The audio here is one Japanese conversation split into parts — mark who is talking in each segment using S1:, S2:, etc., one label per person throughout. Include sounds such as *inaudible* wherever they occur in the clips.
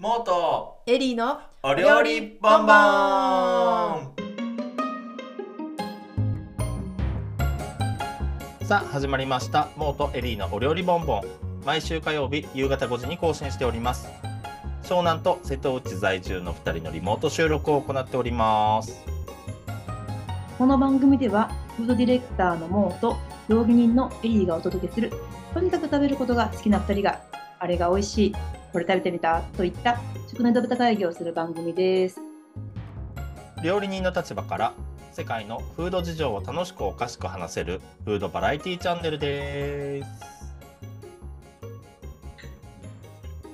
S1: 元
S2: エリーの
S1: お料理ボンボーン
S3: さあ始まりましたモートエリーのお料理ボンボン毎週火曜日夕方5時に更新しております湘南と瀬戸内在住の2人のリモート収録を行っております
S4: この番組ではフードディレクターのモーと料理人のエリーがお届けするとにかく食べることが好きな2人があれが美味しいこれ食べてみたといった食のドブタ会議をする番組です
S3: 料理人の立場から世界のフード事情を楽しくおかしく話せるフードバラエティチャンネルです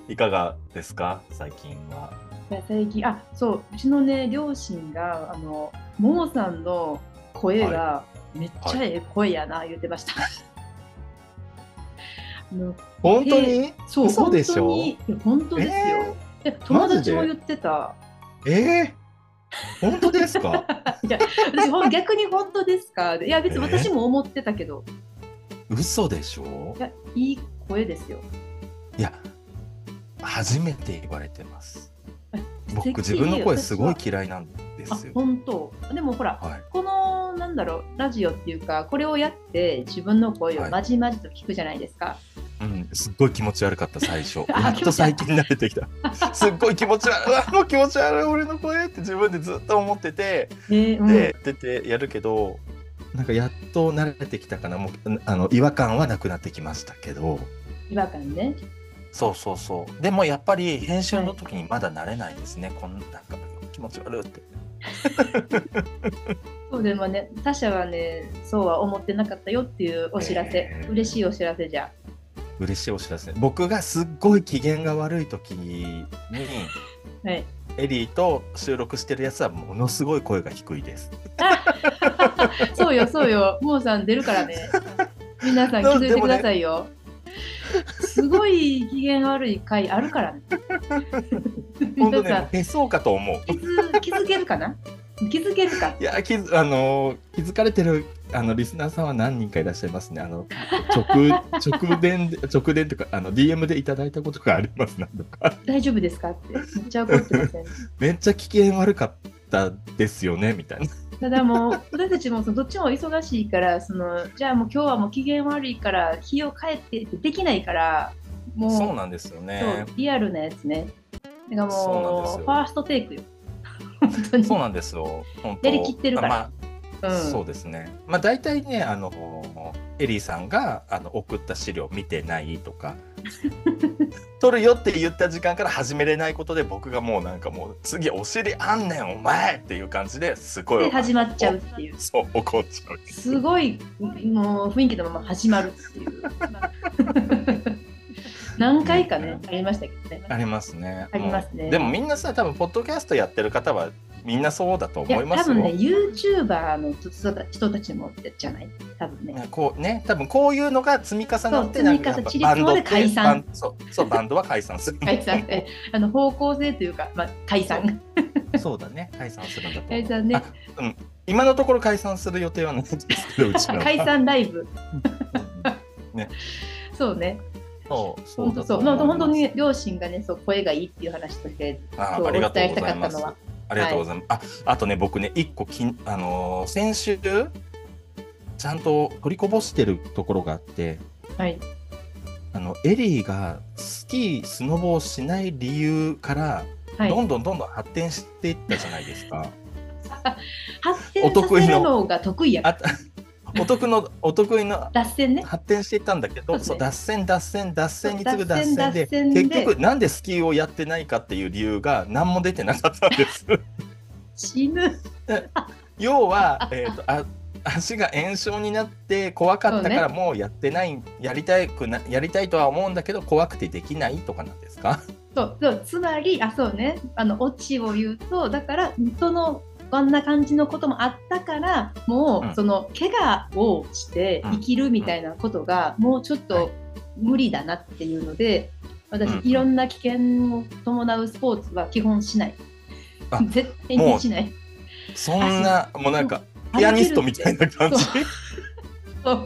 S3: いかがですか最近はい
S4: や最近あそううちのね両親があのモーさんの声がめっちゃええ声やな、言ってましたあの
S3: 本
S4: 当
S3: に
S4: そう
S3: 嘘でしょ
S4: 本当にいや本当ですよ、で友達も言ってた
S3: ええ本当ですか *laughs*
S4: いや私ほん逆に本当ですかいや別に私も思ってたけど、
S3: 嘘でしょ
S4: いやいい声ですよ
S3: いや、初めて言われてます。
S4: 素敵
S3: 僕、自分の声すごい嫌いなんです
S4: あ
S3: よ。
S4: 本当でもほら
S3: はい。
S4: このなんだろうラジオっていうかこれをやって自分の声
S3: は
S4: を
S3: い
S4: まじまじと聞くじゃないですか、
S3: うん、すっごい気持ち悪かった、最 *laughs* 初。
S4: あ
S3: やっと最近慣れてきた。すっごい気持ち悪い。うわもう気持ち悪い、俺の声って自分でずっと思ってて、
S4: ねうん
S3: で、出てやるけど、なんかやっと慣れてきたかな。もう、あの、違和感はなくなってきましたけど。
S4: 違和感ね
S3: そうそうそう。でもやっぱり編集の時にまだ慣れないですね。こんなんか気持ち悪いって。
S4: そうでもね他者はねそうは思ってなかったよっていうお知らせ、
S3: えー
S4: 嬉しいお知らせじゃ
S3: 嬉しいお知らせ僕がすっごい機嫌が悪い時に *laughs*
S4: はい
S3: エリーと収録してるやつはものすごい声が低いです
S4: そうよそうよモーさん出るから
S3: *laughs*
S4: ね皆さん気づいてくださいよ、すごい機嫌悪い回あるからね
S3: 本当
S4: 皆さん
S3: ねへそうかと思う
S4: 気づ気づけるかな気づけるか
S3: いや気づあのー気づかれてるあのリスナーさんは何人かいらっしゃいますねあの直直電で直電とかあの DM でいただいたことがありますなんとか
S4: 大丈夫ですかってめっちゃ怒ってません
S3: めっちゃ機嫌悪かったですよねみたいな
S4: ただもう私たちもそのどっちも忙しいからそのじゃあもう今日はもう機嫌悪いから日を変えてってできないからもう
S3: そうなんですよね
S4: そうリアルなやつねだから
S3: そうなんです
S4: も
S3: よ
S4: うファーストテイクよ本当に
S3: そうなんですよ本当
S4: やりきってるから
S3: まあ
S4: うん
S3: そうですね。まあ大体ねあのエリーさんがあの送った資料見てないと *laughs* か取るよって言った時間から始めれないことで僕がもうなんかもう次お尻あんねんお前っていう感じですご
S4: で
S3: い
S4: 始まっちゃうっていう
S3: そう怒っちゃう。
S4: すごいもう雰囲気のまま始まるって
S3: *laughs*
S4: いう何回かねありましたけどね
S3: ありますね。
S4: ありますね
S3: うんでもみんなさ多分ポッドキャストやってる方はみんなそうだと
S4: いや
S3: 思いま
S4: 多
S3: すよ。
S4: 分ね、YouTuber の人た人たちもじゃない多分ね。
S3: こうね、多分こういうのが積み重なって
S4: そう
S3: なんかやっぱ
S4: 積み重なり
S3: って
S4: 解散
S3: バンそうそうバンドは解散する
S4: 解散えあの方向性というか、まあ、解散。
S3: そうだね解散するんだと思う
S4: 解散ね
S3: あ。今のところ解散する予定はないんですけど、うちらは
S4: *laughs* 解。散ライブ。
S3: うん
S4: そうね。
S3: そう、そ
S4: 本
S3: う
S4: 当
S3: だと
S4: そう。
S3: 思い
S4: ま
S3: ま
S4: あ
S3: す。
S4: 本当に両親がね、そう声がいいっていう話として、
S3: あ
S4: そう
S3: あ
S4: お
S3: りがと
S4: 伝
S3: う
S4: え
S3: ご
S4: した
S3: ざ
S4: か
S3: い
S4: った
S3: ます
S4: の。は。
S3: ありがとうございます。あ、あとね、僕ね、一個きん、あのー先週。ちゃんと取りこぼしてるところがあって、
S4: はい。
S3: あのエリーがスキー、スノボをしない理由から。
S4: はい
S3: どんどんどんどん発展していったじゃないですか。
S4: 発展させるのが得意やから。
S3: あ *laughs* と、お得の、お得意の
S4: 脱線ね。
S3: 発展していったんだけど、
S4: そ
S3: そうう
S4: で
S3: 脱線脱線脱線に
S4: そう
S3: 次ぐ脱線で
S4: 脱線脱線で
S3: 結局なんでスキーをやってないかっていう理由が何も出てなかったんです
S4: *laughs* 死ぬ。
S3: 要は、えー、とあ足が炎症になって怖かったからもうやってない、やりたいくなやりたいとは思うんだけど怖くてできないとかなんです
S4: *laughs*
S3: か
S4: そうそう。つまり、あ、そうね。あの、オチを言うと、だから、その、こんな感じのこともあったからも
S3: うん
S4: うその怪我をして生きるみたいなことがもうちょっ
S3: はい
S4: と無理だなっていうので私
S3: うんうん
S4: いろんな危険を伴うスポーツは基本しない
S3: あ
S4: 絶対にしない
S3: そんなもうなんか
S4: 歩ける
S3: ピアニストみたいな感じ
S4: そう
S3: あ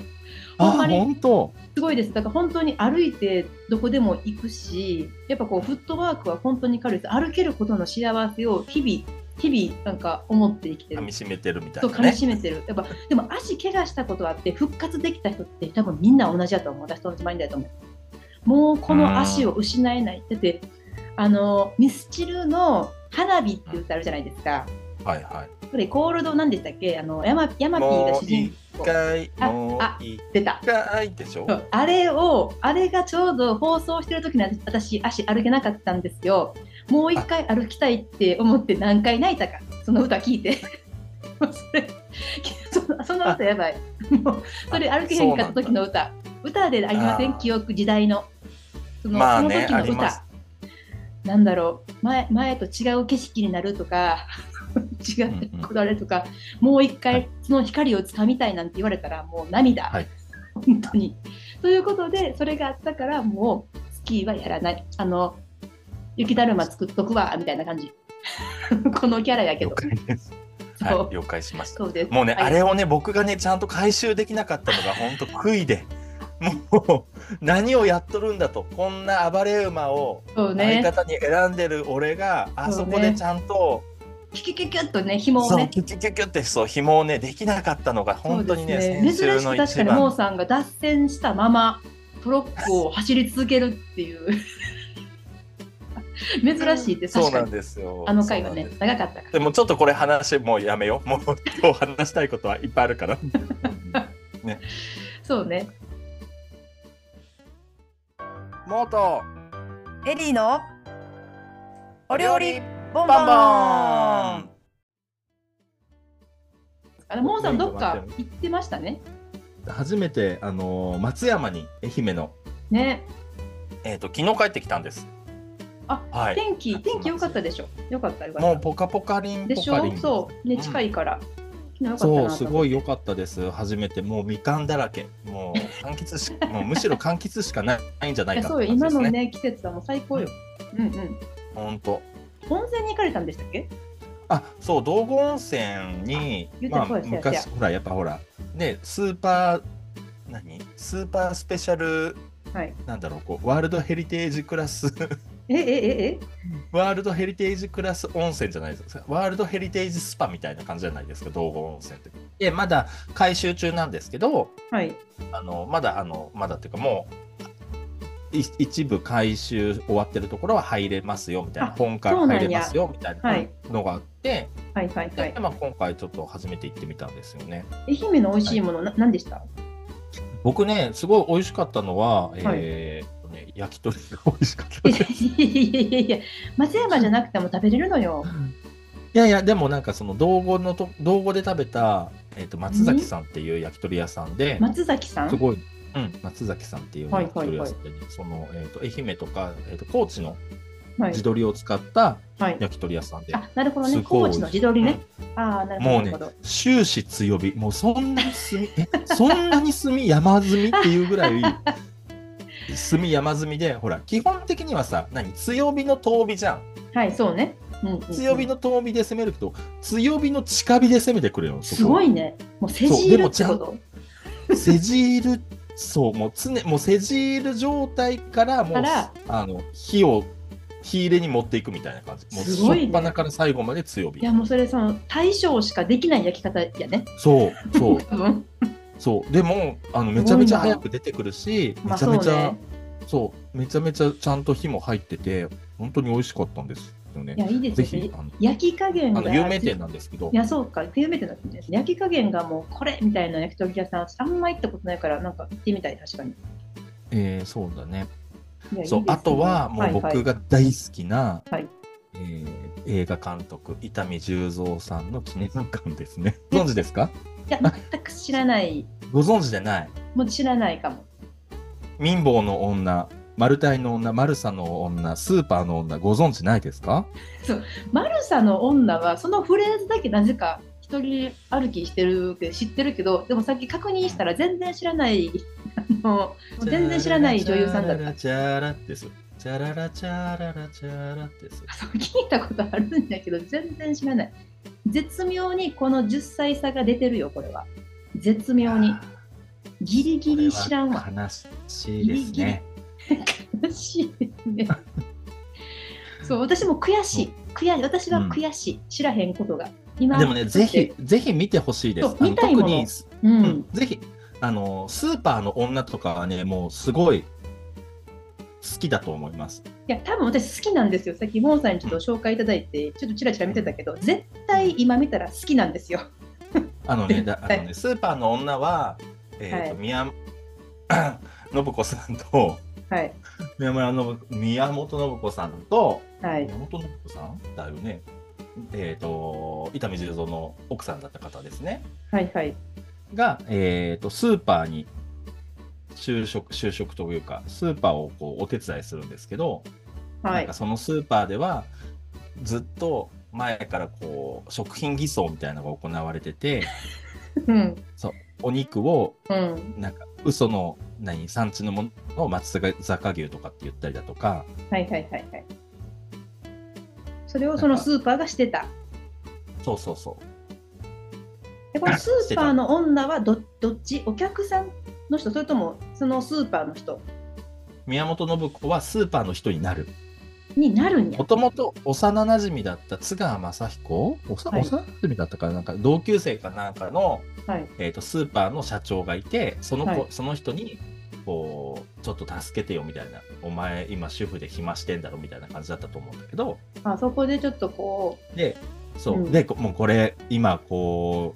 S4: ほんまに
S3: 本当
S4: すごいですだから本当に歩いてどこでも行くしやっぱこうフットワークは本当に軽いです歩けることの幸せを日々日々なんか思って生きて
S3: 噛
S4: る
S3: み。締めてるみた
S4: そ
S3: いうな
S4: 噛み
S3: ね。
S4: 締めてる、やっぱでも足怪我したことあって復活できた人って多分みんな同じだと思う私と同じマインドだと思うもうこの足を失えないだってあのミスチルの「花火」って歌あるじゃないですか
S3: はいはい。
S4: これコールドなんでしたっけあのヤマヤマピーが
S3: も
S4: 主
S3: う
S4: 人
S3: 一回、
S4: あ
S3: も
S4: あ
S3: う一
S4: 出た
S3: 回でしょ。
S4: そうあれをあれがちょうど放送してる時に私足歩けなかったんですよもう一回歩きたいって思って何回泣いたかその歌聞
S3: *laughs*
S4: いてもうそれそのその歌やばいもうそれ歩けへんかった時の歌歌でありません
S3: あー
S4: 記憶時代のその,、
S3: まあね
S4: その
S3: あ
S4: 時
S3: り
S4: の
S3: ます
S4: 歌なんだろう前前と違う景色になるとか *laughs* 違うこだわれとか、もう一回その光をつかみたいなんて言われたらもう涙、
S3: はい
S4: 本当に。ということでそれがあったからもうスキーはやらないあの雪だるま作っとくわみたいな感じ *laughs* このキャラやけ
S3: 了
S4: ど
S3: 解です。
S4: そう,、
S3: はい、了解しました。
S4: そうです
S3: もうね、
S4: はい
S3: あれをね、僕がね、ちゃんと回収できなかった
S4: *laughs*
S3: のが、本当悔いで。もう、何をやっとるんだと、こんな暴れ馬を
S4: そう
S3: 相
S4: ね
S3: 方に選んでる俺が、あそこでちゃんと、
S4: キュキュキュキュッとね紐
S3: そ
S4: を
S3: う、
S4: ね
S3: キュキュキュキュって、そう、紐をね、できなかったのが、本当にね、
S4: そうですね
S3: 先週
S4: 珍し
S3: の
S4: く確か
S3: 一
S4: にモー
S3: 番。
S4: さんが脱線したままトロッコを走り続けるっていう *laughs* 珍しいです
S3: そう
S4: 確か
S3: な
S4: に
S3: んですよ。
S4: あの回は
S3: そうなん
S4: ね
S3: です
S4: 長かったから
S3: でもちょっとこれ話もうやめよう。もう今日話したいことはいっぱいあるから。
S4: そうね
S3: もっと
S1: エリーのお料理
S3: ボ
S1: ボンボン
S4: あれモーさん
S3: メイ
S4: ど
S3: ン
S4: っ
S3: の
S4: か
S3: 満
S4: 行ってましたね。
S3: 初めてあのー松山に愛媛の
S4: ね、
S3: えっ、と昨日帰ってきたんです。
S4: あ
S3: はい。
S4: 天気天気良かったでしょ。良かった良かった。
S3: もうポカポカリン
S4: で
S3: ポ
S4: し
S3: カリ
S4: ょ。
S3: ン。
S4: そうね
S3: うん
S4: 近いから。昨日
S3: そ
S4: 良かったなと思っ
S3: う
S4: て。
S3: すごい良かったです。初めてもうみかんだらけ。もう柑橘
S4: *laughs*
S3: しもうむしろ柑橘しかないんじゃないいか
S4: や
S3: っ
S4: そ
S3: て
S4: う
S3: 感じで
S4: よ今
S3: す
S4: の
S3: ね。
S4: ね季節はもう最高よ。うんうん。
S3: 本当。
S4: 温泉に行かれたんでしたっけ？
S3: あそう道後温泉に
S4: 言って
S3: まあ、
S4: そうやそうや
S3: 昔ほらやっぱほらねスーパー何スーパースペシャル、
S4: はい
S3: なんだろうこうワールドヘリテージクラス
S4: ええええ
S3: ワールドヘリテージクラス温泉じゃないですかワールドヘリテージスパみたいな感じじゃないですか道後温泉って。でまだ改修中なんですけど
S4: はい
S3: あのまだあのまだっていうかもうい一部改修終わってるところは入れますよみたいな
S4: あ
S3: 本館
S4: そうなんや
S3: 入れますよみたい
S4: はい
S3: なのがあって。
S4: はいはいは
S3: で
S4: い。
S3: まあ、今回ちょっと初めて行ってみたんですよね。
S4: 愛媛の美味しいものな何
S3: *laughs*
S4: でした？
S3: 僕ね、すごい美味しかったのは、えーっとね、焼き鳥が美味しかった
S4: い
S3: で
S4: や
S3: す。い
S4: いやいやいや松山じゃなくても食べれるのよ。
S3: やいや、でもなんかその道後のと、道後で食べた、えーっと松崎さんっていう焼き鳥屋さんで、
S4: 松崎さ
S3: す
S4: ん。
S3: ごい、うん、松崎さんっていう
S4: はい
S3: 焼
S4: はい
S3: き
S4: は
S3: 鳥屋
S4: い
S3: さんでね、その、えーっと愛媛とか、えーっと高知の
S4: はい
S3: 地鶏を使った
S4: はい。
S3: 焼き鳥屋さんで、
S4: あなるほどね
S3: すご
S4: 高
S3: い
S4: 知の地鶏ね。ああなるほど
S3: もう
S4: なる
S3: ね
S4: ほど。、
S3: 終始強火、もうそんなに炭、えそんなに炭山積みっていうぐら
S4: *laughs*
S3: い、炭山積みで、ほら、基本的にはさ、何、強火の遠火じゃん。
S4: はいそうね。うんうんうん
S3: 強火の遠火で攻めるけど、強火の近火で攻めてくれよ、そこ
S4: すごいね。もう世
S3: そう
S4: 辞い
S3: で
S4: る
S3: も
S4: ってこと。
S3: セジール、そう、もう常、もうセジール状態から、もう
S4: から、
S3: あの、火を、火入れに持っていくみたいな感じ。もう、
S4: すごいね
S3: 初っ端から最後まで強火
S4: い。やもうそれその大将しかできない焼き方やね。
S3: そう、そう。
S4: 多分。
S3: そうでもあのめちゃめちゃ早く出てくるし
S4: ま
S3: め
S4: あ
S3: ち
S4: そ
S3: ゃ
S4: う
S3: めちゃ
S4: ね。
S3: そう,、めちゃめちゃちゃんと火も入ってて本当に美味しかったんですよ
S4: い
S3: ね
S4: やいいです
S3: ぜ
S4: よね
S3: ひ。あの
S4: 焼き加減
S3: あ
S4: が
S3: の有名店なんですけど
S4: いやそうか有名店なんですね。焼き加減がもうこれみたいな焼き鳥屋さん私あんま行ったことないからなんか行ってみたい確かに。
S3: えーそうだね
S4: いやいいです
S3: そう
S4: ね
S3: あとはもう
S4: はいは
S3: 僕
S4: い
S3: が大好きな、
S4: はい
S3: えー映画監督伊丹十三さんの記念館ですね *laughs* ご存知ですか
S4: いや全く知らない
S3: ご存知でない
S4: もう知らないかも。
S3: 貧乏の女マルタイの女マルサの女スーパーの女ご存知ないですか
S4: マルサの女はそのフレーズだけなぜか一人歩きしてるけど知ってるけどでもさっき確認したら全然知らない。あの全然知らない女優さんだった。
S3: チャララチャララですよ。チャララチャララチャラですよ。
S4: そう聞いたことあるんだけど全然知らない絶妙にこの10歳差が出てるよこれは絶妙にギリギリ知らんわ。
S3: これは悲しいですね。
S4: 悲しいですね。 *laughs* そう、私も悔しい。悔しい。私は悔しい。知らへんことが。今
S3: でもね、ぜひ、、ぜひ見てほしいです。
S4: そう
S3: あの
S4: 見たいもの
S3: 特に、
S4: う
S3: うん
S4: ん、
S3: ぜひ、あの、スーパーの女とかはね、もうすごい好きだと思います。
S4: いや多分私好きなんですよさっきモンさんにちょっと紹介いただいてちょっとチラチラ見てたけど絶対今見たら好きなんですよ
S3: あのね、
S4: 絶
S3: だあ
S4: 対
S3: のねスーパーの女は、えっ、と、
S4: は
S3: 宮、 *clears throat* 信子さんと、
S4: はい
S3: 宮村の宮本信子さんと、
S4: はい
S3: 宮本信子さんだよね。えっ、と、伊丹十三の奥さんだった方ですね。
S4: はいはい
S3: が、えー、とスーパーに就職就職というかスーパーをこうお手伝いするんですけど、
S4: は
S3: なん
S4: い
S3: かそのスーパーではずっと前からこう食品偽装みたいなのが行われて
S4: *laughs*
S3: て
S4: うん
S3: お肉を
S4: うん
S3: なんか嘘の何産地のものを松坂牛とかって言ったりだとか
S4: はいはいはいはいそれをそのスーパーがしてた
S3: そうそうそ
S4: でこのスーパーの女はどどっちお客さんの人それともそのスーパーの人
S3: う宮本信子はスーパーの人になる
S4: になるんや
S3: もともと幼なじみだった津川雅彦おさ
S4: はい
S3: 幼なじみだったかななんか同級生かなんかの
S4: はい
S3: えー、とスーパーの社長がいてその子、
S4: はい
S3: その人にこうちょっと助けてよみたいなお前今主婦で暇してんだろみたいな感じだったと思うんだけど
S4: あそこでちょっとこ
S3: でそう、
S4: うん
S3: でこもうこれ今こ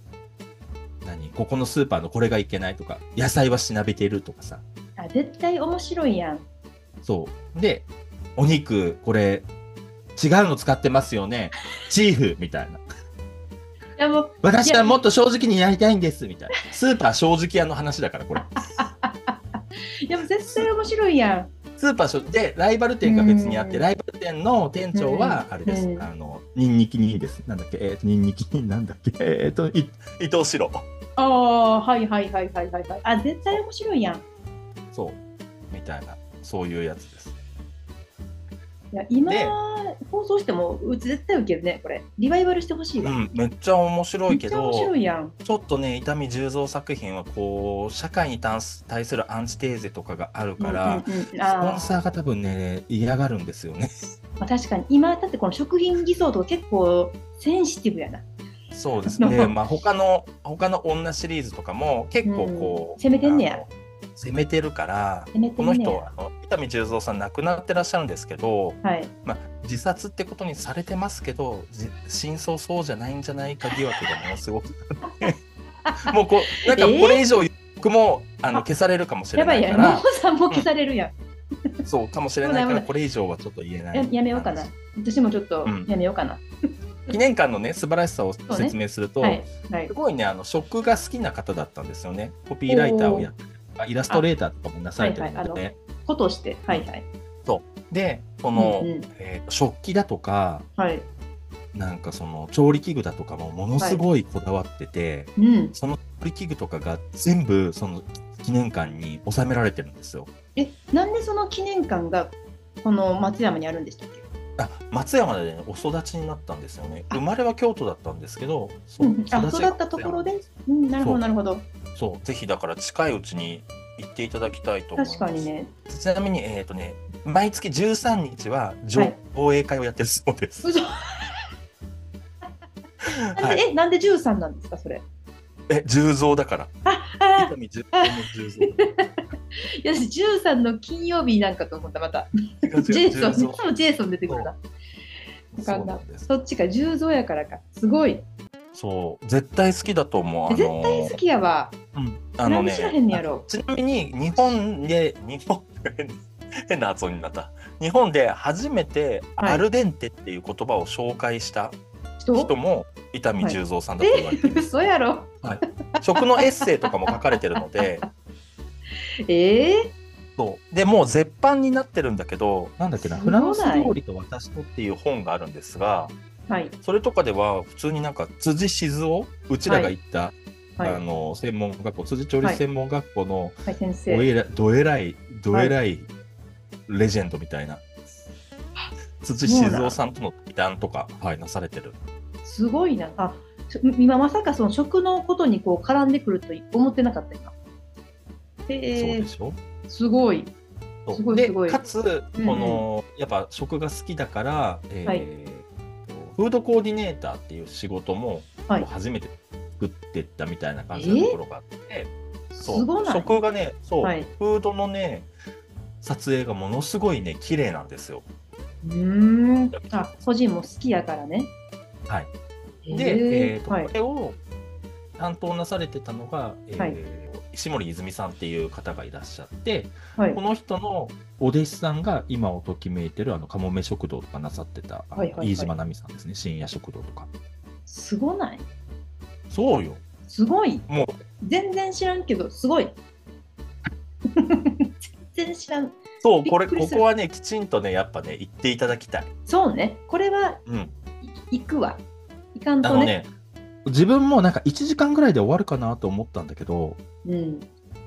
S3: う何ここのスーパーのこれがいけないとか野菜はしなびてるとかさ
S4: うあ絶対面白いやん
S3: そうでお肉これ違うの使ってますよねチーフみたいない
S4: やもう
S3: 私はもっと正直にやりたいんですみたいなスーパー正直屋の話だから
S4: *laughs*
S3: これ
S4: いやもう絶対面白いやん
S3: スーパーショップでライバル店が別にあって、
S4: うん
S3: ライバル店の店長は
S4: うん
S3: あれです、
S4: うん
S3: あのニンニキにですなんだっけえーとニンニキ *laughs* になんだっけえーとい伊藤四郎
S4: ああはいはいはいはいはいはいあ絶対面白いやん
S3: そうみたいなそういうやつです
S4: いや今
S3: で
S4: 放送してもうち絶対ウケるねこれリバイバルしてほしいうわ、
S3: んめっちゃ面白
S4: め
S3: い
S4: っ
S3: け
S4: ちゃ面白
S3: ど
S4: いやん
S3: ちょっとね伊丹十三作品はこう社会に対す対するアンチテーゼとかがあるから、
S4: うんうんうん
S3: スポ
S4: あ
S3: ン
S4: ー
S3: サーが多分ね嫌がるんですよね
S4: まあ確かに今だってこの食品偽装とか結構センシティブやな
S3: そうですねでまあ他の他の女シリーズとかも結構こう、
S4: うん攻めてんねや
S3: あの攻めてるから
S4: せめて
S3: こ
S4: み
S3: の
S4: んな
S3: 人
S4: や、
S3: あの伊丹十三さん亡くなってらっしゃるんですけど、
S4: はい
S3: まあ、自殺ってことにされてますけどじ真相そうじゃないんじゃないか疑惑がものすご
S4: *laughs*
S3: くもうこうなんか
S4: えー
S3: これ以上僕も、あの消されるかもしれ
S4: やば
S3: ないいか
S4: やんモ
S3: ら
S4: モさんも消されるやん、
S3: そうかもしれない
S4: 危
S3: か
S4: ない危
S3: ら
S4: ない
S3: これ以上はちょっと言えない
S4: ややめようかな私もちょっと
S3: うん
S4: やめようかな、
S3: 記念館のね素晴らしさを説明すると、
S4: はいはい
S3: すごいねあの食が好きな方だったんですよねコピーライターをやってイラストレーターとかもなされてる
S4: あはい
S3: の
S4: は
S3: で、
S4: いことしてはいはい
S3: でその、
S4: うんうん
S3: えーと食器だとか
S4: はい
S3: なんかその調理器具だとかもものすごいこだわってて、
S4: うん
S3: その調理器具とかが全部その記念館に収められてるんですよ。
S4: えなんでその記念館がこの松山にあるんでしたっけ、
S3: あ松山で、ね、お育ちになったんですよね。生まれは京都だったんですけど、そううん
S4: あ
S3: 育ち
S4: 育
S3: が
S4: ったところで、うん、なるほ
S3: そ
S4: ど
S3: う
S4: なるほど
S3: そうぜひだから近いうちに行っていただきたいと思いま
S4: 確
S3: す。
S4: かにね
S3: ちなみにえっ、とね毎月13日は
S4: は
S3: 上
S4: い
S3: 放映会をやってるそうです。
S4: 嘘なんで、
S3: はい。
S4: えなんで13なんですかそれ
S3: え十蔵だから。伊
S4: あ
S3: 丹十三の十蔵。
S4: いや私13の金曜日なんかと思ったまた
S3: 違う違う
S4: ジェイ
S3: 十
S4: ソ
S3: 蔵
S4: ンいつもジェイソン出てくるな
S3: そうなんです。
S4: そっちか十蔵やからかすごい
S3: そう絶対好きだと思う。あの
S4: 絶対好きやわ
S3: うん、あの
S4: 何
S3: ね
S4: で知らへんねやろ
S3: ちなみに日本で日本変な発音になった日本で初めて
S4: はい
S3: アルデンテっていう言葉を紹介した人
S4: 人
S3: も伊丹十三さんだと言われている、
S4: 嘘やろ
S3: 食のエッセイとかも書かれてるので
S4: ええ
S3: *laughs* そうでもう絶版になってるんだけどなんだっけな「
S4: す
S3: フ
S4: ごない
S3: ランス料理と私と」っていう本があるんですが
S4: はい
S3: それとかでは普通になんか辻静雄うちらが行った、
S4: はい、
S3: あの専門学校辻調理
S4: はい
S3: 専門学校の
S4: はい、先
S3: お
S4: 生
S3: えらどえらいどえらいレジェンドみたいな、辻静雄さんとの対談とか、はい、なされてる
S4: すごいなあちょ今まさかその食のことにこう絡んでくると思ってなかった今
S3: そう
S4: え
S3: で
S4: ー、
S3: しょ
S4: すごい。
S3: そう
S4: すごい
S3: です
S4: ごい
S3: かつ
S4: うんうん
S3: この、やっぱ食が好きだから、えー
S4: はい
S3: フードコーディネーターっていう仕事も、
S4: はい
S3: こう初めて作ってったみたいな感じのところがあって、そう
S4: すごない。
S3: 食がねそう、
S4: はい
S3: フードのね撮影がものすごいね綺麗なんですよ。
S4: うーん。あ、個人も好きやからね。
S3: はい。で、えー
S4: えー、
S3: と
S4: はい
S3: こ。れを担当なされてたのが、えー
S4: はい
S3: 石森泉さんっていう方がいらっしゃって
S4: はい
S3: こ。の人のお弟子さんが今をときめいてるあのかもめ食堂とかなさってた、あの
S4: はいはいはい
S3: 飯島奈美さんですね深夜食堂とか。
S4: すごない。
S3: そうよ
S4: すごい。
S3: もう
S4: 全然知らんけど、
S3: *laughs*
S4: すごい。全然知らん。
S3: そう
S4: びっ
S3: これ
S4: くり
S3: こ
S4: する
S3: こはねきちんとねやっぱね言っていただきたい。
S4: そうね。これは
S3: うん
S4: い行くわ。行かん
S3: あ
S4: と
S3: の
S4: ね。
S3: ね自分もなんか1時間ぐらいで終わるかなと思ったんだけど
S4: うん。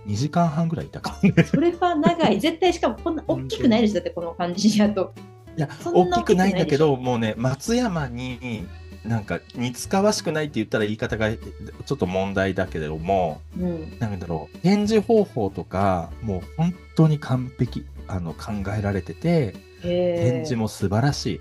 S3: 2時間半ぐらいいたか
S4: それは長
S3: *laughs*
S4: い。絶対しかもこんな大きくないでしょ。だってこの感じやと。
S3: いや
S4: そん
S3: 大
S4: な
S3: きくないんだけどもうね松山になんか似つかわしくないって言ったら言い方がちょっと問題だけれども
S4: うん。
S3: なんだろう展示方法とかもう本当に完璧あの考えられてて
S4: へ
S3: 展
S4: ー
S3: 示も素晴らしい。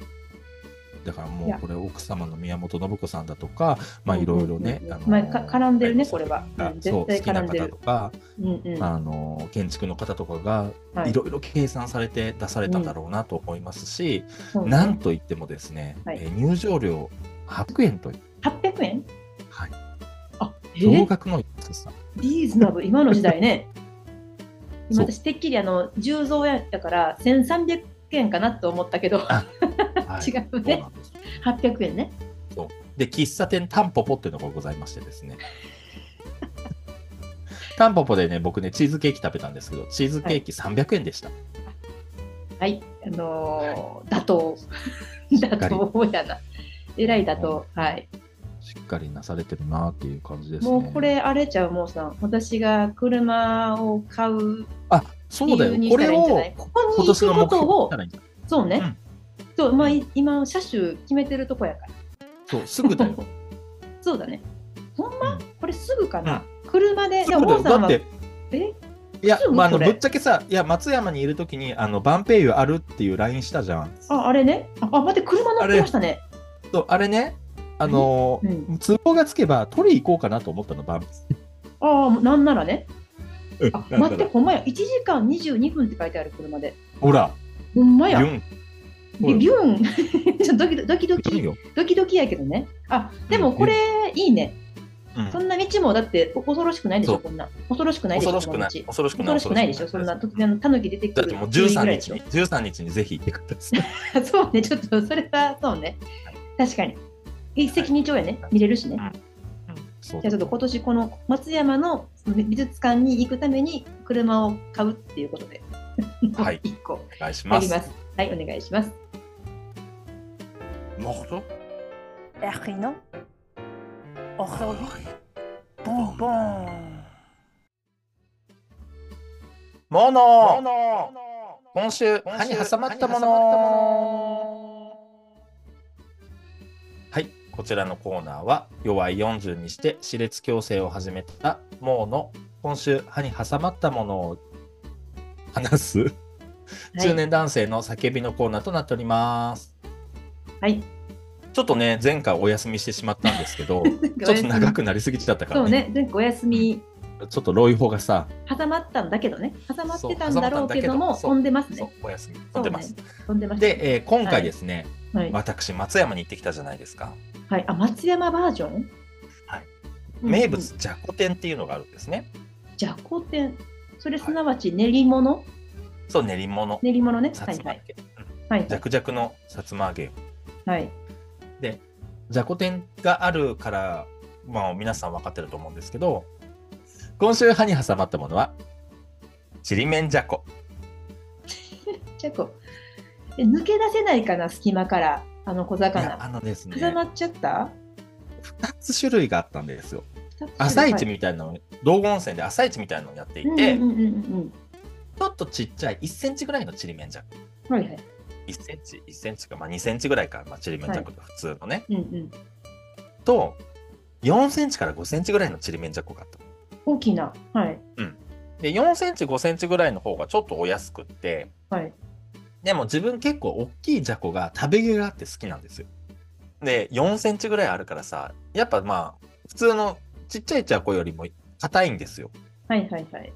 S3: だからも
S4: いうや
S3: これ奥様の宮本信子さんだとかまあいろいろね、
S4: うんうんうん
S3: あの
S4: まあか絡んでるねこれは
S3: あ
S4: う
S3: そう
S4: ん絶
S3: 好
S4: 対
S3: きな
S4: 絡んでる
S3: 方とか
S4: うんうん。
S3: あの建築の方とかが
S4: はい
S3: いろいろ計算されて出されたんだろうなと思いますし、
S4: そうね
S3: なんといってもですね、
S4: はい
S3: えー入場料800円という、
S4: 800円
S3: はい、
S4: あ、え
S3: 驚
S4: ー、
S3: 愕の安
S4: *laughs*
S3: さ、
S4: リーズナブル、今の時
S3: *laughs*
S4: 代ね。今
S3: そう
S4: 私、てっきりあの10増やったから1300円かなと思ったけど、
S3: あは
S4: 違う
S3: そう
S4: ね
S3: な。んです
S4: 800円ね。
S3: で喫茶店タンポポっていうのがございましてですね *laughs* タンポポでね僕ねチーズケーキ食べたんですけどチーズケーキ300円でした、
S4: はい、あのー、妥当。
S3: っかり
S4: 妥当やな。えらい妥当。はい。
S3: しっかりなされてるなっていう感じですね
S4: もうこれ、あれちゃう、もうさん。私が車を買う
S3: あそう
S4: 理
S3: だ
S4: 由
S3: よ
S4: にし
S3: これ
S4: たらいいんじゃな
S3: を
S4: いここ
S3: 今
S4: に行
S3: 年の
S4: く
S3: 目
S4: こ
S3: 標に
S4: と
S3: し
S4: を
S3: た、らいいんだ
S4: そうね。
S3: うん
S4: そう、まあ、い今、車種決めてるとこやから。
S3: そうすぐだ
S4: *laughs*
S3: よ
S4: そうだね。ほんま、
S3: うん
S4: これすぐかな、車で、
S3: す
S4: でも
S3: ぐだよ
S4: 王さん
S3: だっ
S4: は
S3: て
S4: え
S3: いや
S4: す、ぐ
S3: まあ、あの
S4: これ
S3: ぶっちゃけさ、いや、松山にいるときに、あの、バンペイユあるっていう LINE したじゃん。
S4: あ、あれね。あ、あ待って、車乗ってましたね。
S3: そうあれね、あのー、
S4: うん
S3: 通報がつけば、取り行こうかなと思ったの、バン
S4: ああ、なんならね。
S3: ペイ
S4: あ、
S3: ユ。
S4: 待って、ほんまや。1時間22分って書いてある車で。
S3: ほら、
S4: ほんま
S3: ビ
S4: や。
S3: ュン、
S4: ビュビューン。ちょ *laughs* っとドキドキド
S3: ビュン
S4: キ、
S3: よ。
S4: ドキドキやけどね。あ、でもこれ、いいね。
S3: うん
S4: そんな道も、だって、お恐ろしくないでし
S3: そ
S4: ょ、
S3: う
S4: こんな。恐ろしくないでし
S3: 恐
S4: ょ、
S3: ろしくない
S4: この。道
S3: 恐ろしく
S4: 恐
S3: ない。
S4: ろしくないでしょ、そんな突然のタヌキ出てく
S3: だっ
S4: る
S3: てもう
S4: 勢いぐら
S3: 13
S4: いでし
S3: 日
S4: ょ
S3: に、13日にぜひ行ってくだ
S4: *laughs*
S3: さい。
S4: そうね、ちょっとそれはそうね。確かに。一石二鳥やね、見れるしね。
S3: うんそう
S4: じゃあちょっと今年この松山の美術館に行くために車を買うっていうことで、
S3: はい
S4: *laughs* 一個
S3: お願いし
S4: あ
S3: ま
S4: り
S3: す。
S4: ます。はい、お願いします。
S3: Morceau
S1: Erino. Aujourd'hui, bonbon.
S3: モノ
S2: モノ
S3: 今週、
S2: 今
S3: 歯
S2: 週
S3: に挟まっ
S2: 歯に挟まった
S3: たものはい、こちらのコーナーは、弱い40にして、歯列矯正を始めた、もうの、今週、歯に挟まったものを話す、中
S4: *laughs*
S3: 年男性の叫びのコーナーとなっております。
S4: はい。
S3: ちょっとね、前回お休みしてしまったんですけ *laughs* ど、ち
S4: ち
S3: ょっと長くなりすぎちゃったか
S4: そ
S3: ら
S4: う
S3: ね、
S4: ね、前回お休み
S3: ちょっとロイホがさ、
S4: 挟まったんだけどね、挟まってたん
S3: そう
S4: だろうけど
S3: 挟
S4: も、飛
S3: ま
S4: んでます
S3: そう
S4: ね。
S3: お休み、飛んでます。
S4: 飛んでます。
S3: で、えー今回ですね、
S4: はい、
S3: 私松山に行ってきたじゃないですか、
S4: はい。あ、松山バージョン
S3: はい
S4: うん
S3: 名物じゃこ天っていうのがあるんですね
S4: じゃこ天。それすなわち練り物、
S3: そう練り物
S4: 練り物ね。
S3: さ
S4: はい
S3: つま
S4: は
S3: 揚
S4: い。
S3: げ
S4: はい
S3: じゃくじゃくのさつま揚げ
S4: はい。
S3: じゃこ天があるからまあ皆さん分かってると思うんですけど今週歯に挟まったものはちりめんじゃこ
S4: じゃこえ抜け出せないかな隙間からあの小
S3: いや
S4: 魚
S3: あのですね
S4: 挟まっちゃった
S3: 2つ種類があったんですよ
S4: 二つ
S3: 朝市
S4: はい
S3: みたいなの道後温泉で朝市みたいなのをやっていて、
S4: うんうんうんうん
S3: ちょっとちっちゃい1センチぐらいのちりめんじゃこ
S4: うんはいはい
S3: 1センチ1センチか、まあ、2センチぐらいか、まあ、ちりめんじゃこって普通のね、
S4: うんうん
S3: と4センチから5センチぐらいのちりめんじゃこがあった。
S4: 大きなはい
S3: で4センチ5センチぐらいの方がちょっとお安くって
S4: はい。
S3: でも自分結構大きいじゃこが食べ毛があって好きなんですよ。で4センチぐらいあるからさやっぱまあ普通のちっちゃいじゃこよりも硬いんですよ。
S4: はいはいはい。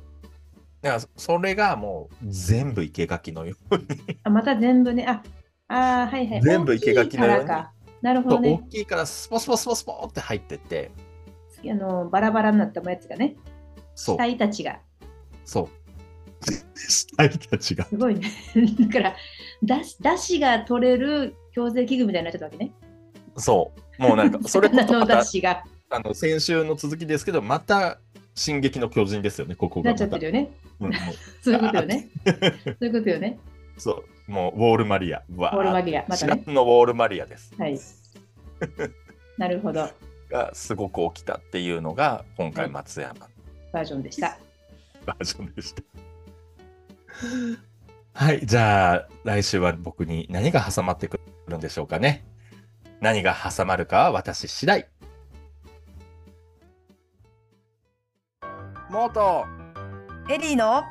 S3: だからそれがもう全部生け垣のように
S4: あ、また全部ね。あ、あーはいはい。
S3: 全部生け垣のように
S4: 大きいからか。なるほ
S3: と大
S4: どね。
S3: きいからスポスポスポスポって入ってって
S4: あの、バラバラになったやつがね。
S3: そう
S4: 体たちが。
S3: そう *laughs* 死体たちが
S4: すごいね。 *laughs* だから、だし、だしが取れる矯正器具みたいになっちゃったわけね。
S3: そうもうなんかそれこそ
S4: *laughs* 魚
S3: ま
S4: の
S3: た
S4: だしが
S3: あの先週の続きですけどまた「進撃の巨人」ですよねここが
S4: なっ
S3: ま
S4: ち
S3: た
S4: ゃってるよね。
S3: うんもう
S4: そういうこと
S3: *laughs*
S4: よね。そういうことよね。
S3: そうもうウォールマリアわ
S4: ウォールマリアまたね
S3: 知らんのウォールマリアです
S4: はい。
S3: *laughs*
S4: なるほど。
S3: がすごく起きたっていうのが今回松山
S4: バージョンでした。
S3: バージョンでした。はい、じゃあ来週は僕に何が挟まってくるんでしょうかね。何が挟まるかは私次第。もっと
S1: エリーの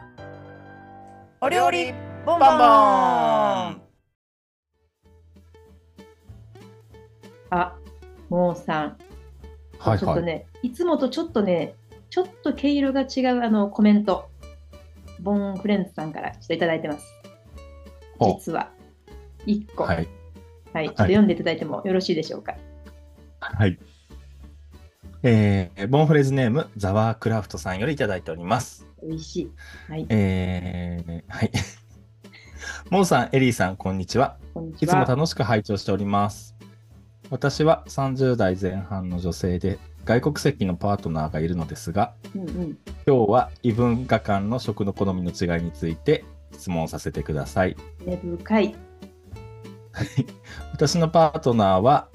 S1: お
S3: お
S1: 料
S3: 料
S1: 理
S3: 理
S1: ボンボ
S3: バン
S1: ン
S3: バ
S4: あ、もうさん。
S3: ン。はい
S4: ちょっ
S3: は
S4: と
S3: い。
S4: ね、いつもとちょっとね、ちょっと毛色が違うあのコメント、ボンフレンズさんからちょっといただいてます。
S3: ほう
S4: 実は、1個、は、
S3: はいい
S4: ちょっと読んでいただいてもよろしいでしょうか。
S3: はい。えー、ボンフレーズネームザワークラフトさんよりいただいております。
S4: 美味しい。はい、
S3: えー、はい。 *laughs* モンさん、エリーさん、こんにちは。
S4: こんにち
S3: いつも
S4: は。
S3: 楽しく拝聴しております。私は30代前半の女性で外国籍のパートナーがいるのですが、
S4: うんうん、
S3: 今日は異文化間の食の好みの違いについて質問させてください。
S4: 根深い。
S3: 私のパートナーは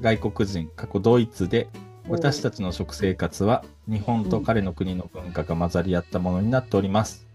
S3: 外国人、過去ドイツで、私たちの食生活は日本と彼の国の文化が混ざり合ったものになっております。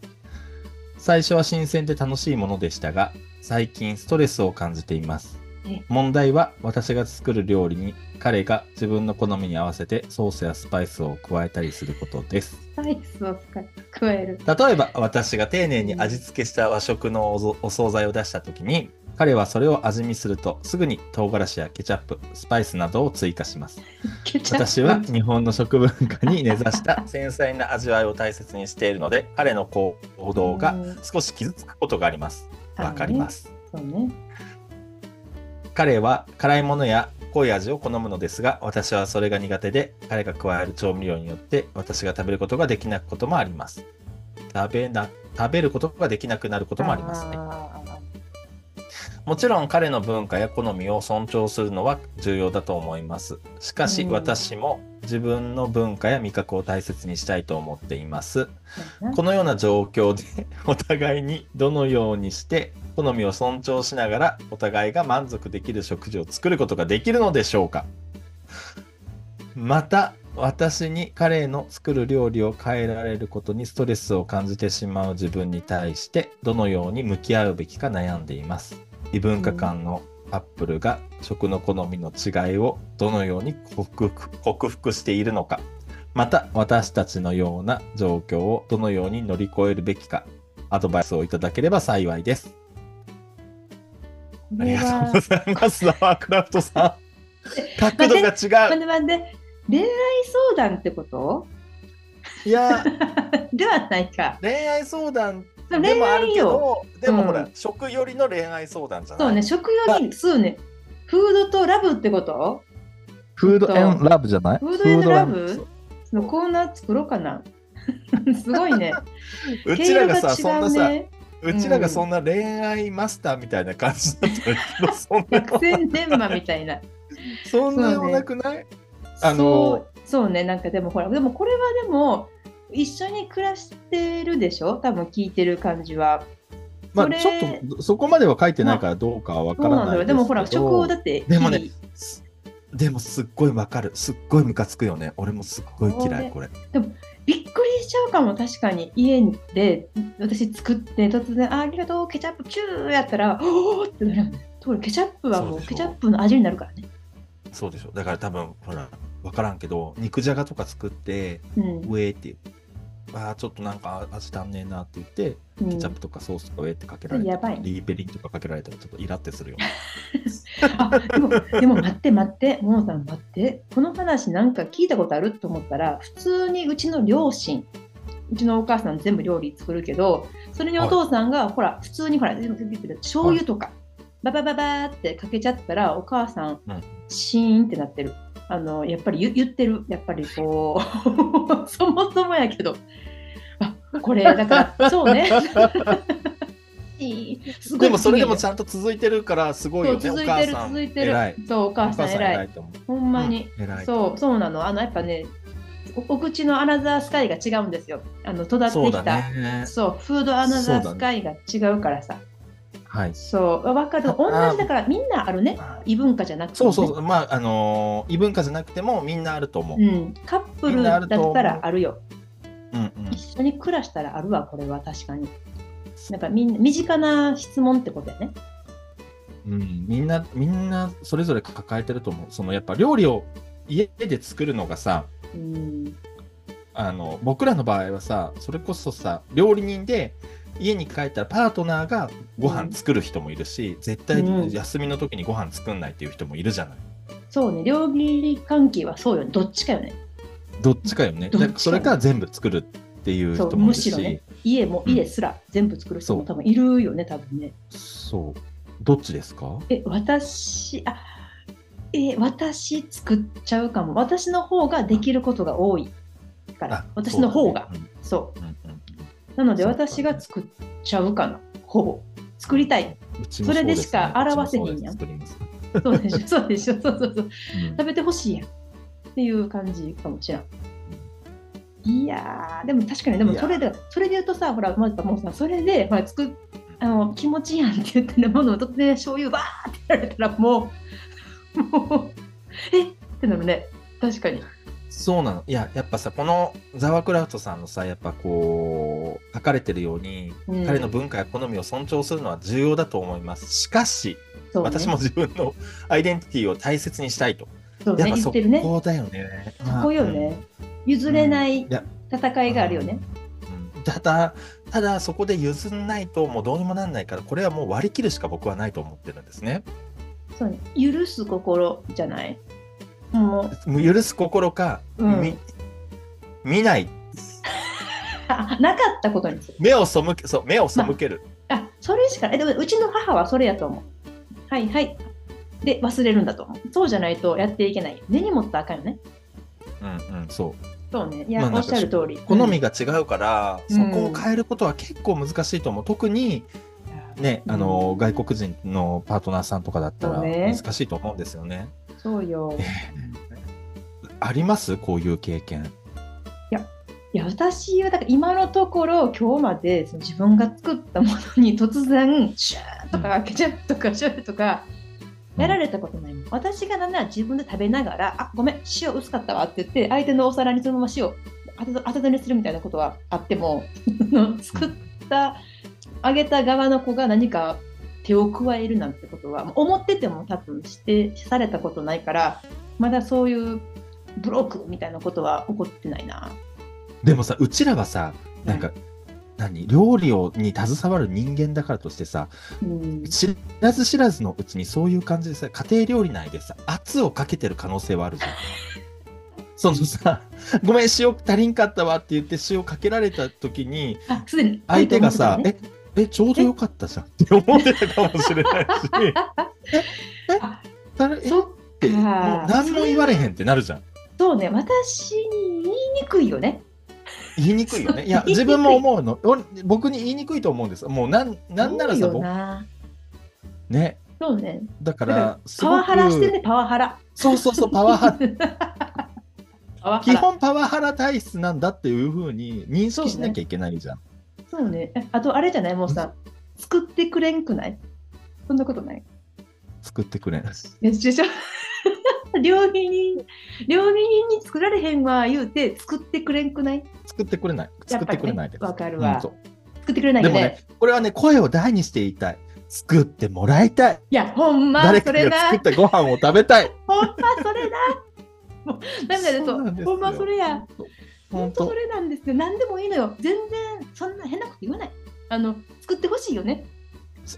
S3: 最初は新鮮で楽しいものでしたが、最近ストレスを感じています
S4: え。
S3: 問題は私が作る料理に彼が自分の好みに合わせてソースやスパイスを加えたりすることです。
S4: スパイスを使っ加える。
S3: 例えば私が丁寧に味付けした和食のおぞお惣菜を出した時に彼はそれを味見するとすぐに唐辛子やケチャップスパイスなどを追加します。
S4: ケチャップ
S3: 私は日本の食文化に根ざした *laughs* 繊細な味わいを大切にしているので彼の行動が少し傷つくことがありますわかりま。す
S4: あのねそうね。
S3: 彼は辛いものや濃い味を好むのですが私はそれが苦手で彼が加える調味料によって私が食べることができなくこともあります食べな食べることができなくなることもありますね
S4: あ
S3: もちろん彼の文化や好みを尊重するのは重要だと思います。しかし
S4: うん
S3: 私も自分の文化や味覚を大切にしたいと思っています。
S4: ー
S3: このような状況でお互いにどのようにして好みを尊重しながらお互いが満足できる食事を作ることができるのでしょうかまた私に彼の作る料理を変えられることにストレスを感じてしまう自分に対してどのように向き合うべきか悩んでいます異文化間のカップルが食の好みの違いをどのように克服克服しているのかまた私たちのような状況をどのように乗り越えるべきかアドバイスをいただければ幸いです。
S4: こ
S3: あり
S4: れ
S3: がとう
S4: は
S3: ございます。ザワークラフトさん。角度が違
S4: 待
S3: う。
S4: って待って恋愛相談ってこと
S3: いや、
S4: ではないか。
S3: 恋愛相談
S4: 恋
S3: でもある
S4: 愛
S3: け
S4: よ。
S3: ど、でもほら、
S4: う
S3: 食よりの恋愛相談じゃない。
S4: そうね、食用に、そうね、フードとラブってこと
S3: フー
S4: ド and
S3: ラブじゃない
S4: フードエンドラブそのコーナー作ろうかな。 *laughs* すごいね。
S3: うちらがさ、
S4: 毛
S3: そんな
S4: 色
S3: さ
S4: が違、う
S3: うちらがそんな恋愛マスターみたいな感じだったけど、そんな
S4: 百戦錬磨みたいな。
S3: *laughs* そんなよなくないあの
S4: そうそうね、なんかでもほら、でもこれはでも、一緒に暮らしてるでしょ多分聞いてる感じは。
S3: まあ
S4: それ
S3: ちょっとそこまでは書いてないからどうかはわ
S4: そ
S3: か
S4: うな
S3: ら
S4: ん
S3: ない
S4: だ
S3: で
S4: よ。
S3: すけど
S4: でもほら、食をだっていい。
S3: でもねすでもすっごいわかるすっごいムカつくよね俺もすっごい嫌いこれ
S4: びっくりしちゃうかも確かに家で私作って突然「あありがとうケチャップチュー」やったら「おお!」ってなるところがケチャップはも
S3: そう
S4: う
S3: でしょ
S4: ケチャップの味になるからね。
S3: そうでしょだから多分ほらわからんけど肉じゃがとか作って
S4: うん
S3: 「ウェー」ってあーちょっとなんか味足んねえなって言って
S4: うん
S3: ケチャップとかソースとか上ってかけられた
S4: やば
S3: り
S4: い
S3: リーペリンとかかけられたらちょっとイラってするよね
S4: あでもでも待って待って、ももさん待って、この話なんか聞いたことあると思ったら、普通にうちの両親、うちのお母さん全部料理作るけど、それにお父さんが、ほら、普通にほら、全部全部全部醤油とか、ババババーってかけちゃったら、お母さん
S3: うん、
S4: シーンってなってる。あのやっぱり言言ってる、やっぱりこう、 *laughs* そもそもやけど、あこれ、だから、そ
S3: *laughs*
S4: うね。いいすごい
S3: でもそれでも
S4: 綺麗
S3: ちゃんと続いてるからすごい
S4: そ
S3: よ
S4: う
S3: ねお
S4: 続い
S3: 母
S4: てる
S3: さん
S4: 続いてる
S3: 偉い
S4: そうお
S3: お
S4: 母さん偉い
S3: と思う
S4: ほんまに、
S3: うん偉い
S4: そうそうなのあのやっぱねおお口のアナザースカイが違うんですよあの育ってきた
S3: そ
S4: そうう,、
S3: だね
S4: フードアナザースカイが違うからさ
S3: はい
S4: そう,、分かる同
S3: あ
S4: じだからみんなあるね異文化じゃなくて
S3: そ
S4: ね、
S3: うそうそうまああのー異文化じゃなくてもみんなあると思う、
S4: うん、カップルだったらあるよ
S3: うんうん
S4: 一緒に暮らしたらあるわこれは確かになんかみんな身近な質問ってことやね
S3: うん、みんなみんなそれぞれ抱えてると思うそのやっぱ料理を家で作るのがさ
S4: うん
S3: あの僕らの場合はさそれこそさ料理人で家に帰ったらパートナーがご飯作る人もいるし、絶対
S4: うん
S3: に休みの時にご飯作んないっていう人もいるじゃない、
S4: そうね料理関係はそうよねどっちかよね
S3: どっちかよね
S4: どっち
S3: だ
S4: か
S3: からそれから全部作るっていう
S4: そ
S3: 人
S4: う
S3: もいる
S4: むし
S3: し
S4: ろ
S3: そう,、
S4: ね家も
S3: うん
S4: 家すら全部作る人も
S3: そう
S4: 多分いるよね多分ね
S3: どっちですか
S4: え私あえ私作っちゃうかも私の方ができることが多いから私の方が、そ
S3: そう
S4: う,、
S3: だねうんうん
S4: なので
S3: そうだね
S4: 私が作っちゃうかなほぼ作りたい
S3: うんうちもうすね
S4: それでしか表せへんやん
S3: うちもそうです作ります
S4: そうでしょそうでしょそうそうそう
S3: うん
S4: 食べてほしいやんっていう感じかもしれんいやーでも確かにでも
S3: いやー
S4: それでそれで言うとさほらまずもうさそれでほら作っあの気持ちいいやんって言ってねものを取ってね醤油バーってやられたらもうもうえってなるね確かに
S3: そうなのいややっぱさこのザワクラウトさんのさやっぱこう書かれてるように、
S4: うん
S3: 彼の文化や好みを尊重するのは重要だと思いますしかし、
S4: そうね
S3: 私も自分のアイデンティティを大切にしたいと、
S4: そう
S3: や
S4: ね
S3: っぱ
S4: 言
S3: そ
S4: ってるね
S3: こだよね
S4: そこよね譲れない
S3: いや
S4: 戦いがあるよね、
S3: うんただただそこで譲んないともうどうにもなんないからこれはもう割り切るしか僕はないと思ってるんですね
S4: そうね許す心じゃないもう
S3: もう許す心か、
S4: うん
S3: み見ない
S4: あなかったことにする
S3: 目を背けそう目を背ける、
S4: あそれしかえでもうちの母はそれやと思うはいはいで忘れるんだと思うそうじゃないとやっていけない根に持ったらあかんよね
S3: うんうんそう
S4: そうねい
S3: ま
S4: や、
S3: あなんか
S4: おっしゃる通り
S3: 好みが違うから、
S4: うん
S3: そこを変えることは結構難しいと思う特にね、あの
S4: うん
S3: 外国人のパートナーさんとかだった
S4: そ
S3: ら
S4: うね
S3: 難しいと思うんですよね。
S4: そうよ。
S3: ありますこういう経験。
S4: いや私はだから今のところ今日までその自分が作ったものに突然シューとかケチャップとか醤油とかやられたことないもん私がなんなら自分で食べながら「あごめん塩薄かったわ」って言って相手のお皿にそのまま塩あたたにするみたいなことはあっても *laughs* 作ったあげた側の子が何か手を加えるなんてことは思ってても多分してされたことないからまだそういうブロックみたいなことは起こってないな。
S3: でもさうちらはさなんか、何料理をに携わる人間だからとしてさ
S4: うん
S3: 知らず知らずのうちにそういう感じでさ家庭料理内でさ圧をかけてる可能性はあるじ
S4: *laughs*
S3: ゃん。そのさ「ごめん塩足りんかったわ」って言って塩かけられた時に
S4: あ、すでに
S3: 相手がさ、
S4: え、
S3: え、え、ちょうどよかったじゃんって思ってたかもしれ *laughs* ないし、
S4: あ
S3: たらえっ、
S4: そって
S3: もう
S4: か。
S3: 何も言われへんってなるじゃん。
S4: そうね、私に言いにくいよね。
S3: 言いにくいよね。いや、
S4: 言い
S3: 自
S4: にくい
S3: 分も思うの。俺僕に言いにくいと思うんです。もうなん、なんなら
S4: そ
S3: さ、
S4: うよ
S3: 僕
S4: な
S3: ね、
S4: そうね。
S3: だか
S4: だ
S3: ら、す
S4: パ
S3: ごく
S4: ワハラしてね、パワハラ。
S3: そうそうそう、パワ
S4: *laughs*
S3: ハラ。
S4: パワ
S3: 基
S4: ハラ。
S3: 本パワハラ体質なんだっていうふうに認識しなきゃいけないじゃん。
S4: そうね。えあとあれじゃない、もうさ、作ってくれんくない。そんなことない。
S3: 作ってくれ *laughs* ない。
S4: いやでしょ *laughs* 料理人、料理人に作られへんわ言うて、作ってくれんくない。
S3: 作ってくれない。
S4: や
S3: 作
S4: っ
S3: って
S4: ぱりね
S3: くれないです。
S4: わかるわ
S3: うんそう
S4: 作ってくれない
S3: で
S4: よ
S3: も
S4: ね。
S3: ね、これはね、声を大にして言いたい。作ってもらいたい。
S4: いや、ほんま
S3: 誰、
S4: そ
S3: か
S4: れ
S3: が
S4: な
S3: 作っ。たご飯 *laughs* を食べたい。
S4: ほんまそれだ。もう涙出そ
S3: そう
S4: う
S3: なんですよ
S4: ほんまそれや。本当それなんですよ何でもいいのよ全然そんな変なこと言わないあの作ってほしいよね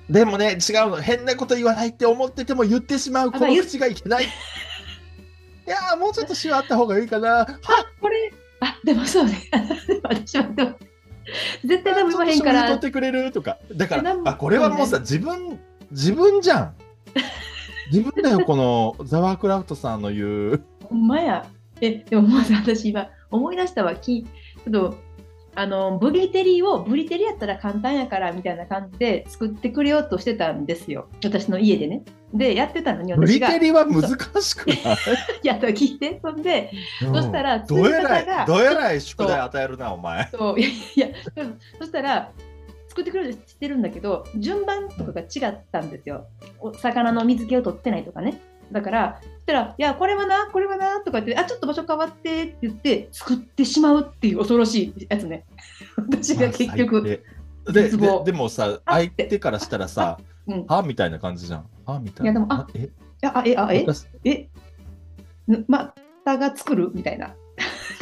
S3: でもね違うの変なこと言わないって思ってても言ってしまうこの口がい *laughs* けない。いやーもうちょっと塩あった方がいいか *laughs* な。は
S4: これあでもそうね *laughs* 私はでも絶対
S3: ち
S4: 多
S3: ょっと
S4: 分言わへんか
S3: 醤油取
S4: ら
S3: ってくれるとか。だか
S4: えな
S3: ら
S4: ん
S3: あこれはもうさ自分自分じゃん。自分だよこのザワークラフトさんの言う。
S4: ほんまやえでももうさ私今思い出したわきちょっとあのブリテリをブリテリやったら簡単やからみたいな感じで作ってくれようとしてたんですよ私の家でねでやってたのに
S3: ブ
S4: 私
S3: リ
S4: が
S3: テリは難しくない
S4: *laughs* やった聞いてそんで、
S3: うん
S4: そしたら
S3: どえら
S4: 作り方が
S3: いどえらい宿題与えるなお前。
S4: そういやいやでもそしたら作ってくれるしてるんだけど順番とかが違ったんですよお魚の水気を取ってないとかねだからそしたら「いやこれはなこれはな」とか言って「あちょっと場所変わって」って言って作ってしまうっていう恐ろしいやつね *laughs* 私が結
S3: まあ
S4: 局、
S3: 最低で
S4: 絶
S3: で
S4: 望
S3: でもさ
S4: あっ
S3: 相
S4: て
S3: 手からしたらさ
S4: うん、
S3: はみたいな感じじゃん。はみたいな。
S4: いやでもあ
S3: え
S4: あえあえ
S3: 私
S4: えぬまたが作るみたいな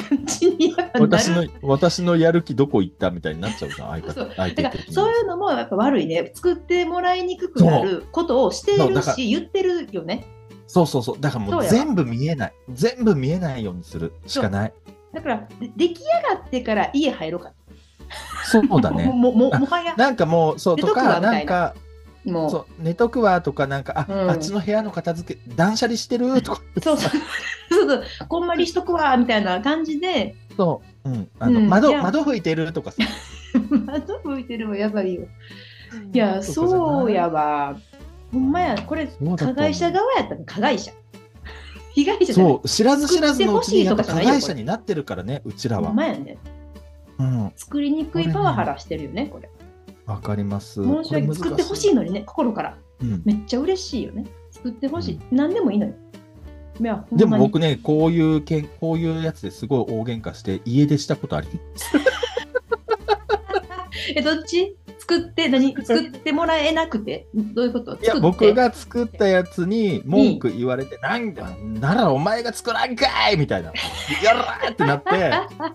S4: 感じにやっぱな
S3: *laughs*
S4: る
S3: 私の私のやる気どこ行ったみたいになっちゃうじゃん相
S4: そ
S3: 方
S4: う
S3: 相手
S4: だか
S3: 的
S4: ら
S3: に
S4: そういうのもやっぱ悪いね作ってもらいにくくなることをしてい
S3: そう
S4: る
S3: だから
S4: し言ってるよね
S3: そうそうそうだからも
S4: そう
S3: う
S4: や
S3: 全部見えない全部見えないようにするしかない
S4: だからで出来上がってから家入ろうか
S3: そうだ
S4: *laughs*
S3: ね
S4: ももも
S3: あ
S4: もはや
S3: なんかもうそう
S4: 寝
S3: と
S4: とくわ
S3: か
S4: みた
S3: ない
S4: なん
S3: か
S4: もうそ
S3: そう寝とくわとかなんかあ、
S4: うん
S3: あっちの部屋の片付け断捨離してるとか
S4: う *laughs* そうそうそうこんまりしとくわみたいな感じで *laughs*
S3: そう、うんあの
S4: うん
S3: 窓
S4: いや
S3: 窓拭いてるとかさ
S4: 窓拭いてるもやばいよいやそうやわほんまやこれ
S3: そうだと思
S4: 加
S3: う
S4: 害者側やったの加害者 *laughs* 被害者じゃない
S3: そう知らず知らずのうちにやっぱ
S4: 作っ
S3: 加
S4: てほしいとかじゃないよ
S3: 害者になってるからねうちら
S4: ほ
S3: は
S4: んまやね
S3: うん
S4: 作りにくいパワハラしてるよねこれ
S3: わかります
S4: 申し訳ない作ってほしいのにね心から
S3: い、うん
S4: めっちゃ嬉しいよね作ってほしい、何でもいいのよいやほんまに
S3: でも僕ね、こういうけん、こういうやつですごい大喧嘩して、家出したことあり。
S4: えどっち作って何作ってもらえなくてどういうこと
S3: いや、
S4: 作って
S3: 僕が作ったやつに文句言われて、なんだ、ならお前が作らんかいみたいな。やらーってなって、 *laughs* やらー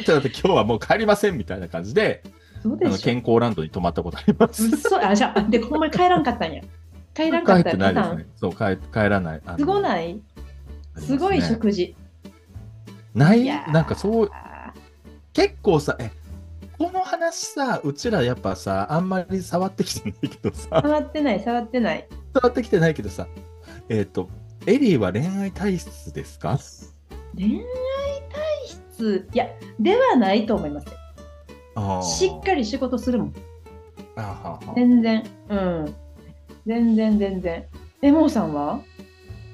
S3: ってなって、今日はもう帰りませんみたいな感じで、
S4: そう
S3: あ
S4: で
S3: の
S4: しょ
S3: 健康ランドに泊まったことあります。
S4: うっそあじゃあでほんまに帰らんかっ
S3: *laughs*
S4: たんや帰らん
S3: 帰
S4: かっ
S3: ったてな
S4: パタ
S3: いで
S4: ー
S3: す
S4: ン
S3: ね。そう、帰帰らない。あの
S4: すごない
S3: あります
S4: ごい
S3: ね
S4: 食事
S3: ない
S4: いやー
S3: なんかそう、
S4: あ
S3: 結構さ、え、この話さ、うちらやっぱさ、あんまり触ってきてないけどさ *laughs*
S4: ー。触ってない触ってない
S3: 伝わってきてないけどさ、えっ、と、エリーは恋愛体質ですか
S4: 恋愛体質いやではないと思いますよ
S3: あー
S4: しっかり仕事するもん
S3: あはは
S4: 全然うん全然全然えもうさんは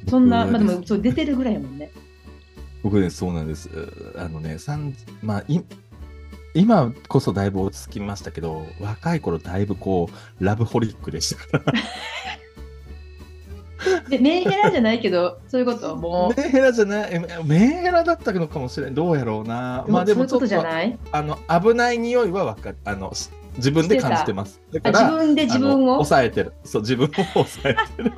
S4: そんな、まあ、
S3: 僕
S4: で
S3: です
S4: もそう出てるぐらいやもんね
S3: 僕ね、そうなんです。うーあのね、三まあ、い今こそだいぶ落ち着きましたけど、若い頃だいぶこう、ラブホリックでしたから。
S4: でメンヘラじゃないけどそういうこともう
S3: メンヘラじゃない、えメンヘラだったのかもしれない。どうやろうな。 *laughs* まあでもち
S4: そ
S3: ょ
S4: ういうこと
S3: っ
S4: じゃ
S3: と、
S4: ない
S3: あの、危ない匂いはわかる。あの、し自分で感じてます。だか
S4: あ自
S3: ら、
S4: 分で自分
S3: あの
S4: を
S3: 抑えてる。そう、自分を抑えて
S4: *laughs*
S3: る。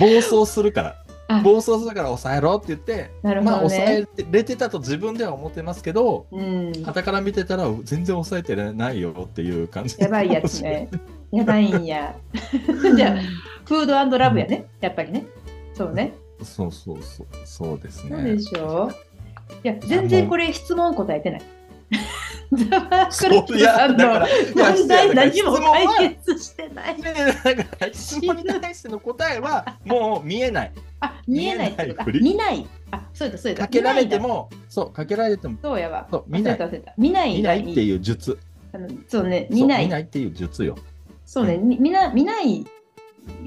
S3: 暴走するから。
S4: あ
S3: 暴走するから抑えろって言って、
S4: なる
S3: まあ
S4: ほど
S3: 抑え
S4: ね、
S3: てれてたと自分では思ってますけど、
S4: うん
S3: 傍から見てたら全然抑えてないよっていう感じ。
S4: やばいやつ。ねやばいんやじゃあフードラブやねやっぱりねそうね
S3: *laughs* そうそうそう、そうですね。
S4: そうでしょいや全然これ質問答え
S3: *laughs*
S4: てないザワ *laughs* ークラフ
S3: そう
S4: ト
S3: いや
S4: さん
S3: だか
S4: の
S3: ら、いや
S4: 問題何も解。
S3: い
S4: 決してない
S3: や質問はねえだから質問に対しての答えはもう見えない。
S4: あ見えないってことか
S3: 見えないふり
S4: 見ないあそうだそうだ
S3: かけられても、そう、かけられても、
S4: そうやわ
S3: そう見ない
S4: 忘れた忘れた見ない
S3: 見
S4: が
S3: ないっていう術。
S4: あのそうね
S3: そ
S4: 見
S3: う
S4: ない
S3: 見ないっていう術よ。
S4: そうね、みみんな見ないよ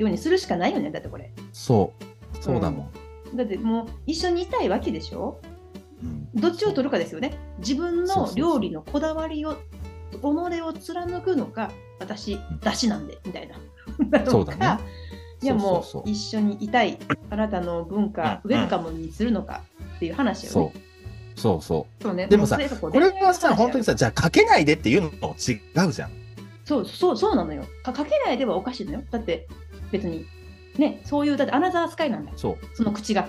S4: うにするしかないよねだってこれ
S3: そう、そうだもん。
S4: だってもう一緒にいたいわけでしょ
S3: うん
S4: どっちを取るかですよね自
S3: そう
S4: 分
S3: そう
S4: の
S3: そう
S4: 料理のこだわりを己を貫くのか私
S3: ん
S4: だしなんでみたいな
S3: そうだね
S4: なのかいやも
S3: そうそう
S4: う
S3: そう
S4: 一緒にいたいあなたの文化ウ
S3: うんうん
S4: ェルカムにするのかっていう話よ
S3: そ
S4: ね
S3: う。そうそう。
S4: そうね
S3: でもさ
S4: うそれがこう
S3: これは
S4: 恋愛の話や
S3: さ、本当にさ、じゃあかけないでっていうのも違うじゃん。
S4: そうそうそうなのよかかけないではおかしいのよだって別にねそういうだってアナザースカイなんだ
S3: そう。
S4: その口が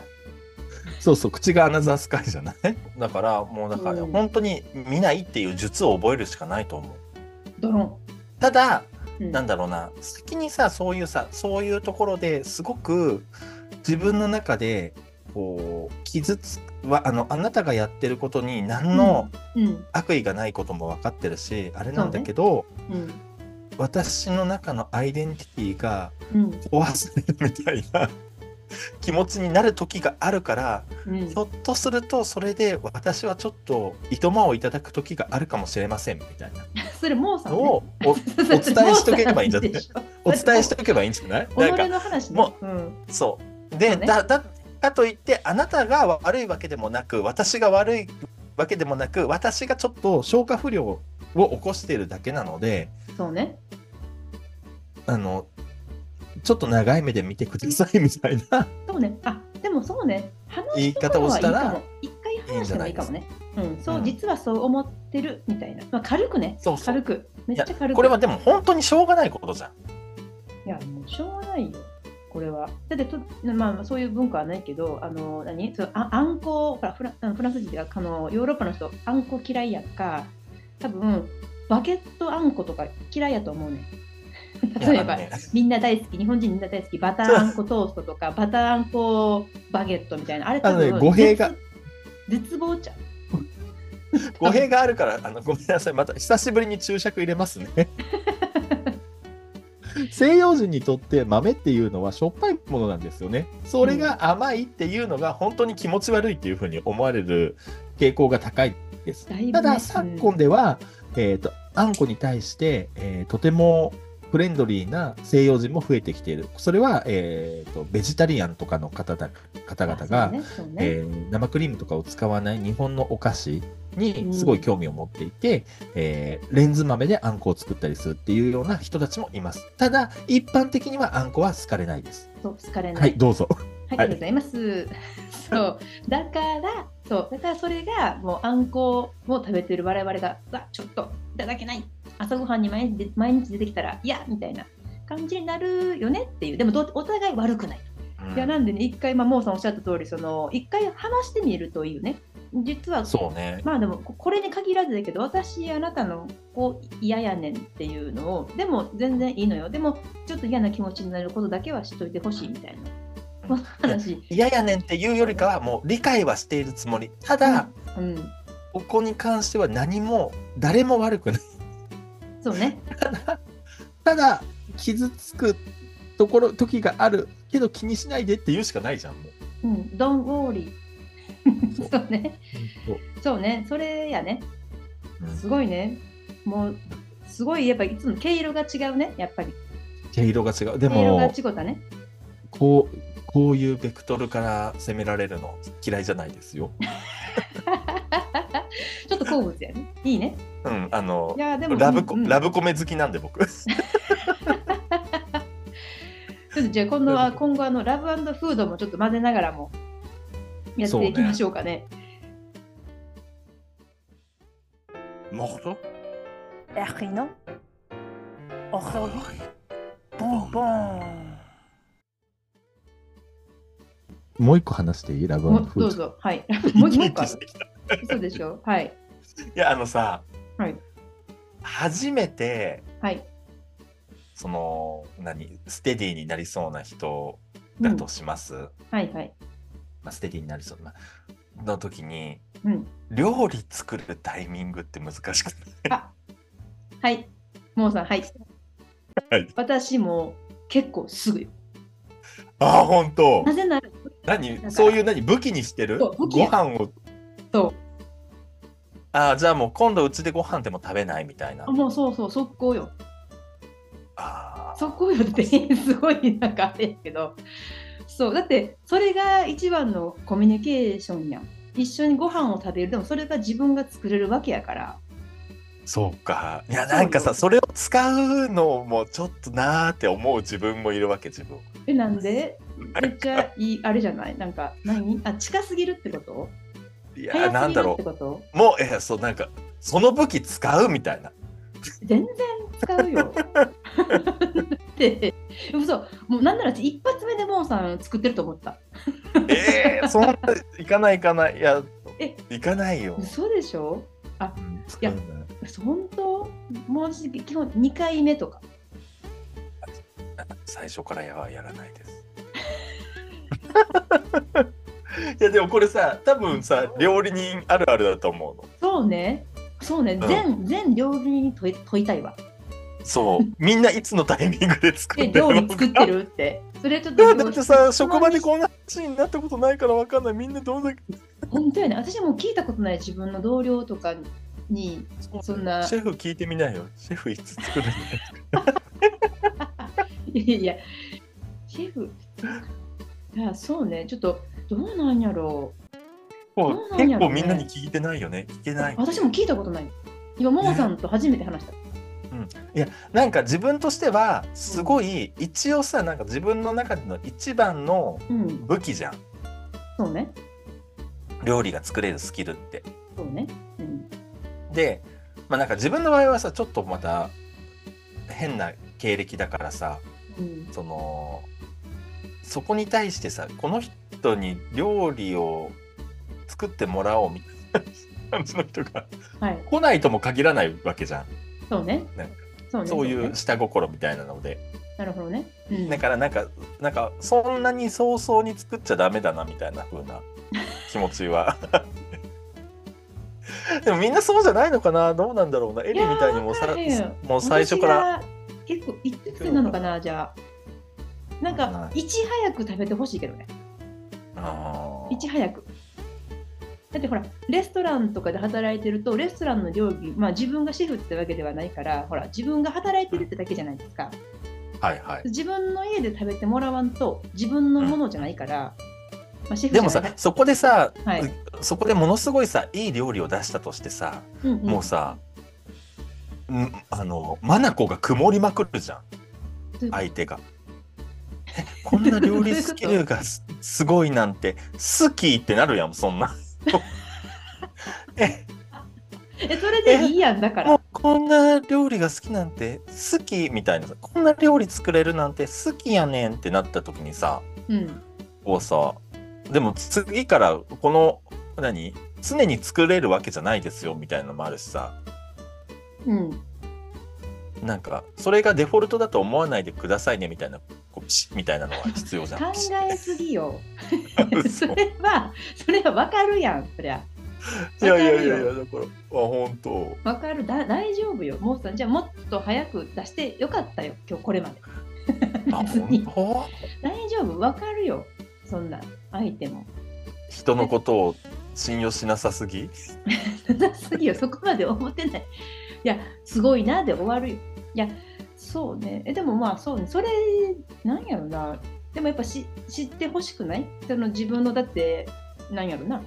S3: そうそう口がアナザースカイじゃないだからもうだから
S4: うん
S3: 本当に見ないっていう術を覚えるしかないと思う
S4: ドロ
S3: ただ
S4: ーン。
S3: なん
S4: だ。
S3: だろうな先にさそういうさそういうところですごく自分の中でこう傷つはあのあなたがやってることに何の
S4: うん。
S3: 悪意がないことも分かってるし、あれなんだけど、
S4: うん。
S3: 私の中のアイデンティティが
S4: うん。
S3: 壊されるみたいな *laughs* 気持ちになる時があるから
S4: うん
S3: ひ。ょっとするとそれで私はちょっといとまをいただく時があるかもしれませんみたいな
S4: それもうさん
S3: のを
S4: ね。 *laughs*
S3: お
S4: お
S3: 伝えしとけばいいんじゃない *laughs* お伝えしておけばいいんじゃないなん
S4: 己
S3: か
S4: の話ね。
S3: も
S4: うん。
S3: そう
S4: そ
S3: で
S4: うね
S3: だだかといってあなたが悪いわけでもなく私が悪いわけでもなく私がちょっと消化不良を起こしているだけなので
S4: そうね。
S3: あのちょっと長い目で見てくださいみたいな
S4: そうね。あ、でもそうね。話
S3: 言い方をしたら。
S4: 一回話してもいいかもね。うん。そう、実はそう思ってるみたいな。まあ軽くね。
S3: そうそう
S4: 軽く。め
S3: い
S4: っちゃ
S3: や
S4: 軽く。
S3: これはでも本当にしょうがないことじゃん。
S4: いや、もうしょうがないよ、これは。だってと、まあまあ、そういう文化はないけど、あの何そうああんこ、ほらフラあのフランス人ってあのヨーロッパの人、あんこ嫌いやんか、多分バケットあんことか嫌いやと思うねん。
S3: い
S4: 例
S3: や
S4: え
S3: あ
S4: ば、
S3: のね
S4: みんな大好き、日本人みんな大好き、バターあんこトーストとか、バターあんこバゲットみたいな、あれ多
S3: あの
S4: 分
S3: ね語弊が
S4: 絶絶望ちゃう。
S3: 語弊があるからあのごめんなさいまた久しぶりに注釈入れます
S4: *laughs*
S3: ね西洋人にとって豆っていうのはしょっぱいものなんですよねそれが甘いっていうのが本当に気持ち悪いっていうふうに思われる傾向が高いです
S4: だいぶね
S3: た
S4: うん
S3: だ昨今では、えー、とあんこに対して、えーとてもフレンドリーな西洋人も増えてきているそれは、えー、とベジタリアンとかの方だ方々が、
S4: あそうねそうね
S3: えー生クリームとかを使わない日本のお菓子にすごい興味を持っていて、えーレンズ豆であんこを作ったりするっていうような人たちもいますただ一般的にはあんこは好かれないです
S4: そう好かれない。
S3: はいどうぞ
S4: はい、
S3: は
S4: あ
S3: い
S4: りがとうございます。そう、だから、そう、だからそれが、もうあんこを食べてる我々が、うわ、ちょっといただけない。朝ごはんに毎日毎日出てきたら、いや、みたいな感じになるよねっていう、でもどうお互い悪くない。いや、なんでね、一回、まあ、もうさんおっしゃった通り、その、一回話してみるといいよね。実は、
S3: そうね
S4: まあでもここれに限らずだけど私あなたのこう嫌やねんっていうのをでも全然いいのよでもちょっと嫌な気持ちになることだけはしといてほしいみたいな、
S3: うん
S4: その話
S3: 嫌やねんっていうよりかはもう理解はしているつもりただ、
S4: うん、
S3: ここに関しては何も誰も悪くない
S4: そうね
S3: ただ傷つくところ時があるけど気にしないでって言うしかないじゃんもう
S4: うん、don't worry
S3: そう
S4: そうねそうねそれやね
S3: うん
S4: すごいねもうすごいやっぱいつも毛色が違うねやっぱり
S3: 毛色が違うで
S4: 毛色
S3: も
S4: が違うだね
S3: こうこういうベクトルから攻められるの嫌いじゃないですよ。
S4: ちょっと好物やねいいね
S3: うん、あの
S4: いやでも
S3: ラブコ、
S4: うんうん
S3: ラブコメ好きなんで僕。
S4: ちょっとじゃあ今度は今後あのラブフードもちょっと混ぜながらもやっていきましょうかね
S3: もう
S1: Erino. Aujourd'hui, bonbon.
S3: もう一個話していいラブ
S4: も
S3: アン
S4: う
S3: ドフ
S4: ど
S3: ー
S4: う
S3: ド。
S4: ぞはい
S3: *laughs*
S4: もう一
S3: 生き生
S4: 個
S3: きしてきたい
S4: あるそうでしょはい
S3: やあのさ、
S4: はい
S3: 初めて
S4: はい、
S3: その何ステディになりそうな人
S4: う
S3: だ
S4: ん
S3: とします。
S4: はいはい
S3: まあステディになりそうなの時に
S4: うん
S3: 料理作るタイミングって難しくない。 *laughs*
S4: はいもうさんはい、
S3: はい
S4: 私も結構すぐよ
S3: あー本当
S4: な。ぜなら
S3: 何そういう何武器にしてる？
S4: そ
S3: ご
S4: う武器や
S3: 飯を
S4: そう
S3: ああじゃあもう今度うちでご飯でも食べないみたいな。
S4: もうそうそう速攻よ
S3: あー
S4: 速攻よってすごいなんかあれやけどそうだってそれが一番のコミュニケーションやん一緒にご飯を食べるでもそれが自分が作れるわけやから
S3: そうか。いや
S4: そうよ
S3: なんかさそれを使うのもちょっとなーって思う自分もいるわけ自分。
S4: えな
S3: *laughs*
S4: んでめっちゃいいあれじゃないなんか何あ近すぎるってこと
S3: い
S4: 早す
S3: や
S4: ぎる
S3: なんだろ
S4: ってこと
S3: うもうえそうなんかその武器使うみたいな。
S4: 全然使うよって嘘もうなんなら一発目でモンさん作ってると思った
S3: ええそんな行かない行かないいや
S4: え
S3: 行かないよ。
S4: 嘘でしょ
S3: 作んない
S4: 本当もう私基本2回目とか
S3: 最初からやはやらないです。 *laughs* いやでもこれさ多分さ料理人あるあるだと思うの。
S4: そうねそうね、
S3: うん
S4: 全全料理に問い問いたいわ
S3: *laughs* そうみんないつのタイミングで作っ
S4: で
S3: てる
S4: 料理
S3: の
S4: 作ってるってそれちょっ
S3: いや *laughs*
S4: と
S3: だってさ
S4: 質問
S3: 職場で
S4: に
S3: こんな話になったことないからわかんないみんなどんだけ
S4: 本当やね私も聞いたことない自分の同僚とかにそんな
S3: シェフ聞いてみなよシェフいつ作るの
S4: いやいやシェフいやそうねちょっとどうなんやろう
S3: もう
S4: *laughs* そうなん
S3: 結
S4: やろ
S3: 構
S4: ね
S3: みんなに聞いてないよね聞けない
S4: 私も聞いたことない今ももさんと初めて話した、
S3: なんか自分としてはすごい一応さなんか自分の中の一番の
S4: うん
S3: 武器じゃん
S4: そうね
S3: 料理が作れるスキルって
S4: そうねうん
S3: でまあなんか自分の場合はさちょっとまた変な経歴だからさ
S4: うん
S3: そのそこに対してさこの人に料理を作ってもらおうみたいな感じの人が
S4: はい
S3: 来ないとも限らないわけじゃん、
S4: そうね
S3: なんか
S4: そうね
S3: そう
S4: ね
S3: いう下心みたいなので
S4: なるほどね、うん、
S3: だからなんかなんかそんなに早々に作っちゃダメだなみたいな風
S4: *laughs*
S3: な気持ちは *laughs* でもみんなそうじゃないのかなどうなんだろうなエリみたいにもうさ
S4: いやーわかる
S3: もう最初から
S4: 私が結構一直線なのかなじゃあなんか
S3: はい
S4: ち早く食べてほしいけどね
S3: あー
S4: いち早くだってほらレストランとかで働いてるとレストランの料理まあ自分がシェフってわけではないからほら自分が働いてるってだけじゃないですか
S3: はいはい
S4: 自分の家で食べてもらわんと自分のものじゃないから、まあシ
S3: で
S4: ェフじゃな
S3: も
S4: い
S3: さそこでさ
S4: はい、
S3: そこでものすごいさいい料理を出したとしてさ、
S4: うんうん
S3: もうさんあのマナコが曇りまくるじゃん
S4: どういうこと
S3: 相手が。えこんな料理スキルがすすごいなんて好きってなるやんそんな。え
S4: えそれでいいやんだから
S3: もうこんな料理が好きなんて好きみたいなさこんな料理作れるなんて好きやねんってなった時にさ
S4: うん
S3: こうさでも次からこの何常に作れるわけじゃないですよみたいなのもあるしさ。
S4: うん
S3: なんかそれがデフォルトだと思わないでくださいねみたいなこうピシッみたいなのは必要じゃ
S4: 考
S3: ん。
S4: えすぎよ
S3: 嘘
S4: *laughs* それはそれはわかるやんそりゃ
S3: いやいやいやいやだからあ本当
S4: わかるだ大丈夫よもうさんじゃあもっと早く出してよかったよ今日これまで
S3: あ
S4: 別に
S3: 本
S4: 大丈夫わかるよそんな相手も *laughs*
S3: 当人のことを信用しなさすぎ
S4: なすぎよそこまで思ってないいやすごいなで終わるよいやそうねえでもまあそうねそれなんやろなでもやっぱし知ってほしくないその自分のだってなんやろな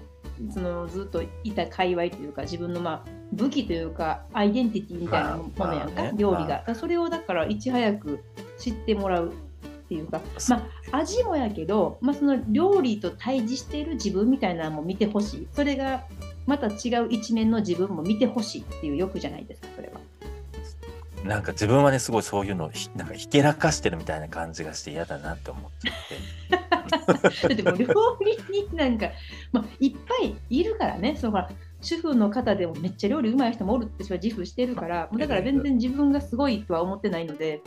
S4: そのずっといた界隈というか自分のまあ武器というかアイデンティティみたいなもの
S3: ま
S4: やん
S3: あ
S4: か、
S3: まあね
S4: 料理が、
S3: まあ
S4: だからそれをだからいち早く知ってもらうっていうかまあ味もやけど、まあ、その料理と対峙している自分みたいなのも見てほしいそれがまた違う一面の自分も見てほしいっていう欲じゃないですかそれは
S3: なんか自分はねすごいそういうのひなんかひけらかしてるみたいな感じがして嫌だなって思っちゃっ
S4: *laughs* だってもう料理人なんか、まあ、いっぱいいるからねそのほら主婦の方でもめっちゃ料理うまい人もおるって私は自負してるからもうだから全然自分がすごいとは思ってないので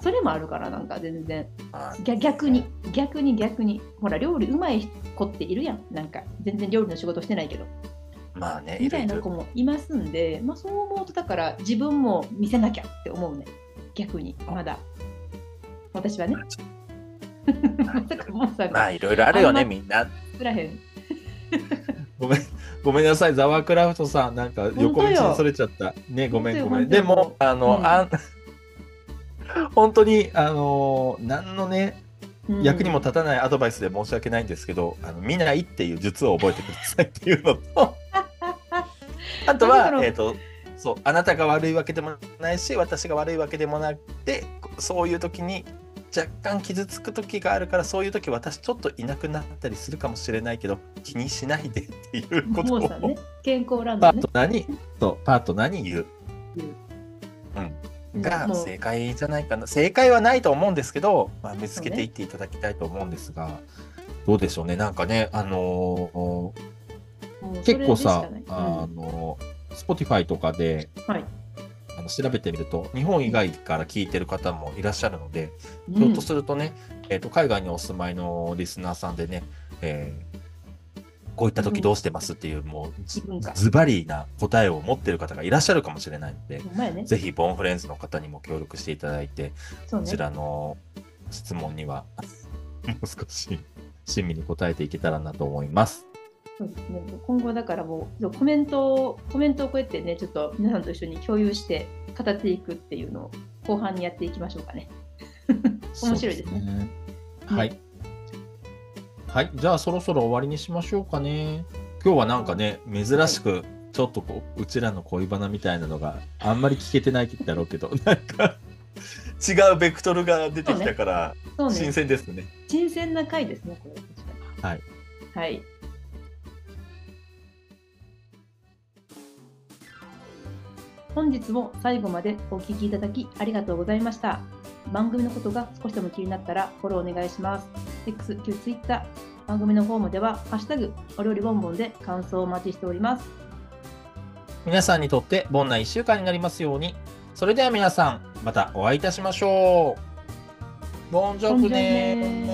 S4: それもあるからなんか全然
S3: てはい
S4: 逆逆に逆に逆にほら料理うまい子っているやんなんか全然料理の仕事してないけど
S3: まあねい
S4: みた
S3: ろい
S4: いな
S3: ろ
S4: 子もいますんで、まあ、そう思うとだから自分も見せなきゃって思うね逆にまだ私はね *laughs* まさかモンさ
S3: ま
S4: んが
S3: あいろいろあるよね
S4: あんま
S3: みんな
S4: 作らへん
S3: ごめんごめんなさいザワークラフトさんなんか横道
S4: 本当よ
S3: にそれちゃったねごめん
S4: 本
S3: ご
S4: 当よ
S3: めんでも
S4: 本
S3: あの、
S4: うん
S3: あん *laughs* 本当にあの何のね
S4: うん
S3: 役にも立たないアドバイスで申し訳ないんですけど、あの見ないっていう術を覚えてくださいっていうの
S4: *laughs*
S3: とあと
S4: あだか
S3: は
S4: ら
S3: えっ、とそうあなたが悪いわけでもないし私が悪いわけでもなくてそういう時に若干傷つく時があるからそういう時私ちょっといなくなったりするかもしれないけど気にしないでっていうこと
S4: モ
S3: を、
S4: ンさんね健康ラン
S3: パ
S4: ド
S3: ー
S4: ね
S3: トナーにそうパートナーに言う。
S4: 言う
S3: うんが
S4: もう
S3: 正解じゃないかな正解はないと思うんですけど、まあ、見つけていっていただきたいと思うんですが、どうでしょうねなんかねあのー
S4: もうそれ
S3: 結構さ、
S4: でしかない
S3: あの Spotify とかで
S4: うんはい
S3: あの調べてみると日本以外から聞いてる方もいらっしゃるので、
S4: うん
S3: ひょっとするとね、えー、と海外にお住まいのリスナーさんでね、えーこういった時どうしてますっていう、もうず
S4: 気分が
S3: ズバリな答えを持ってる方がいらっしゃるかもしれないので、
S4: ほんまやね
S3: ぜひボーンフレンズの方にも協力していただいて、
S4: そう
S3: こ
S4: ね
S3: ちらの質問には *laughs* もう少し親身に答えていけたらなと思います。
S4: そうですね今後だからもうそうコメントをコメントをこうやってねちょっと皆さんと一緒に共有して語っていくっていうのを後半にやっていきましょうかね。面白いですね
S3: そうねはい。はい、じゃあそろそろ終わりにしましょうかね。今日はなんかね、珍しく、ちょっとこう、うちらの恋バナみたいなのがあんまり聞けてないだろうけど、なんか、違うベクトルが出てきたから、
S4: そうね
S3: 新鮮ですね。
S4: 新鮮な回ですねこれ確かに
S3: はい。
S4: はい。本日も最後までお聞きいただきありがとうございました。番組のことが少しでも気になったらフォローお願いします。X、旧 Twitter、番組のフォームでは、ハッシュタグ、お料理ボンボンで感想をお待ちしております。
S3: 皆さんにとって、ボンな1週間になりますように。それでは皆さん、またお会いいたしましょう。ボンジョブね
S4: ボンジョブ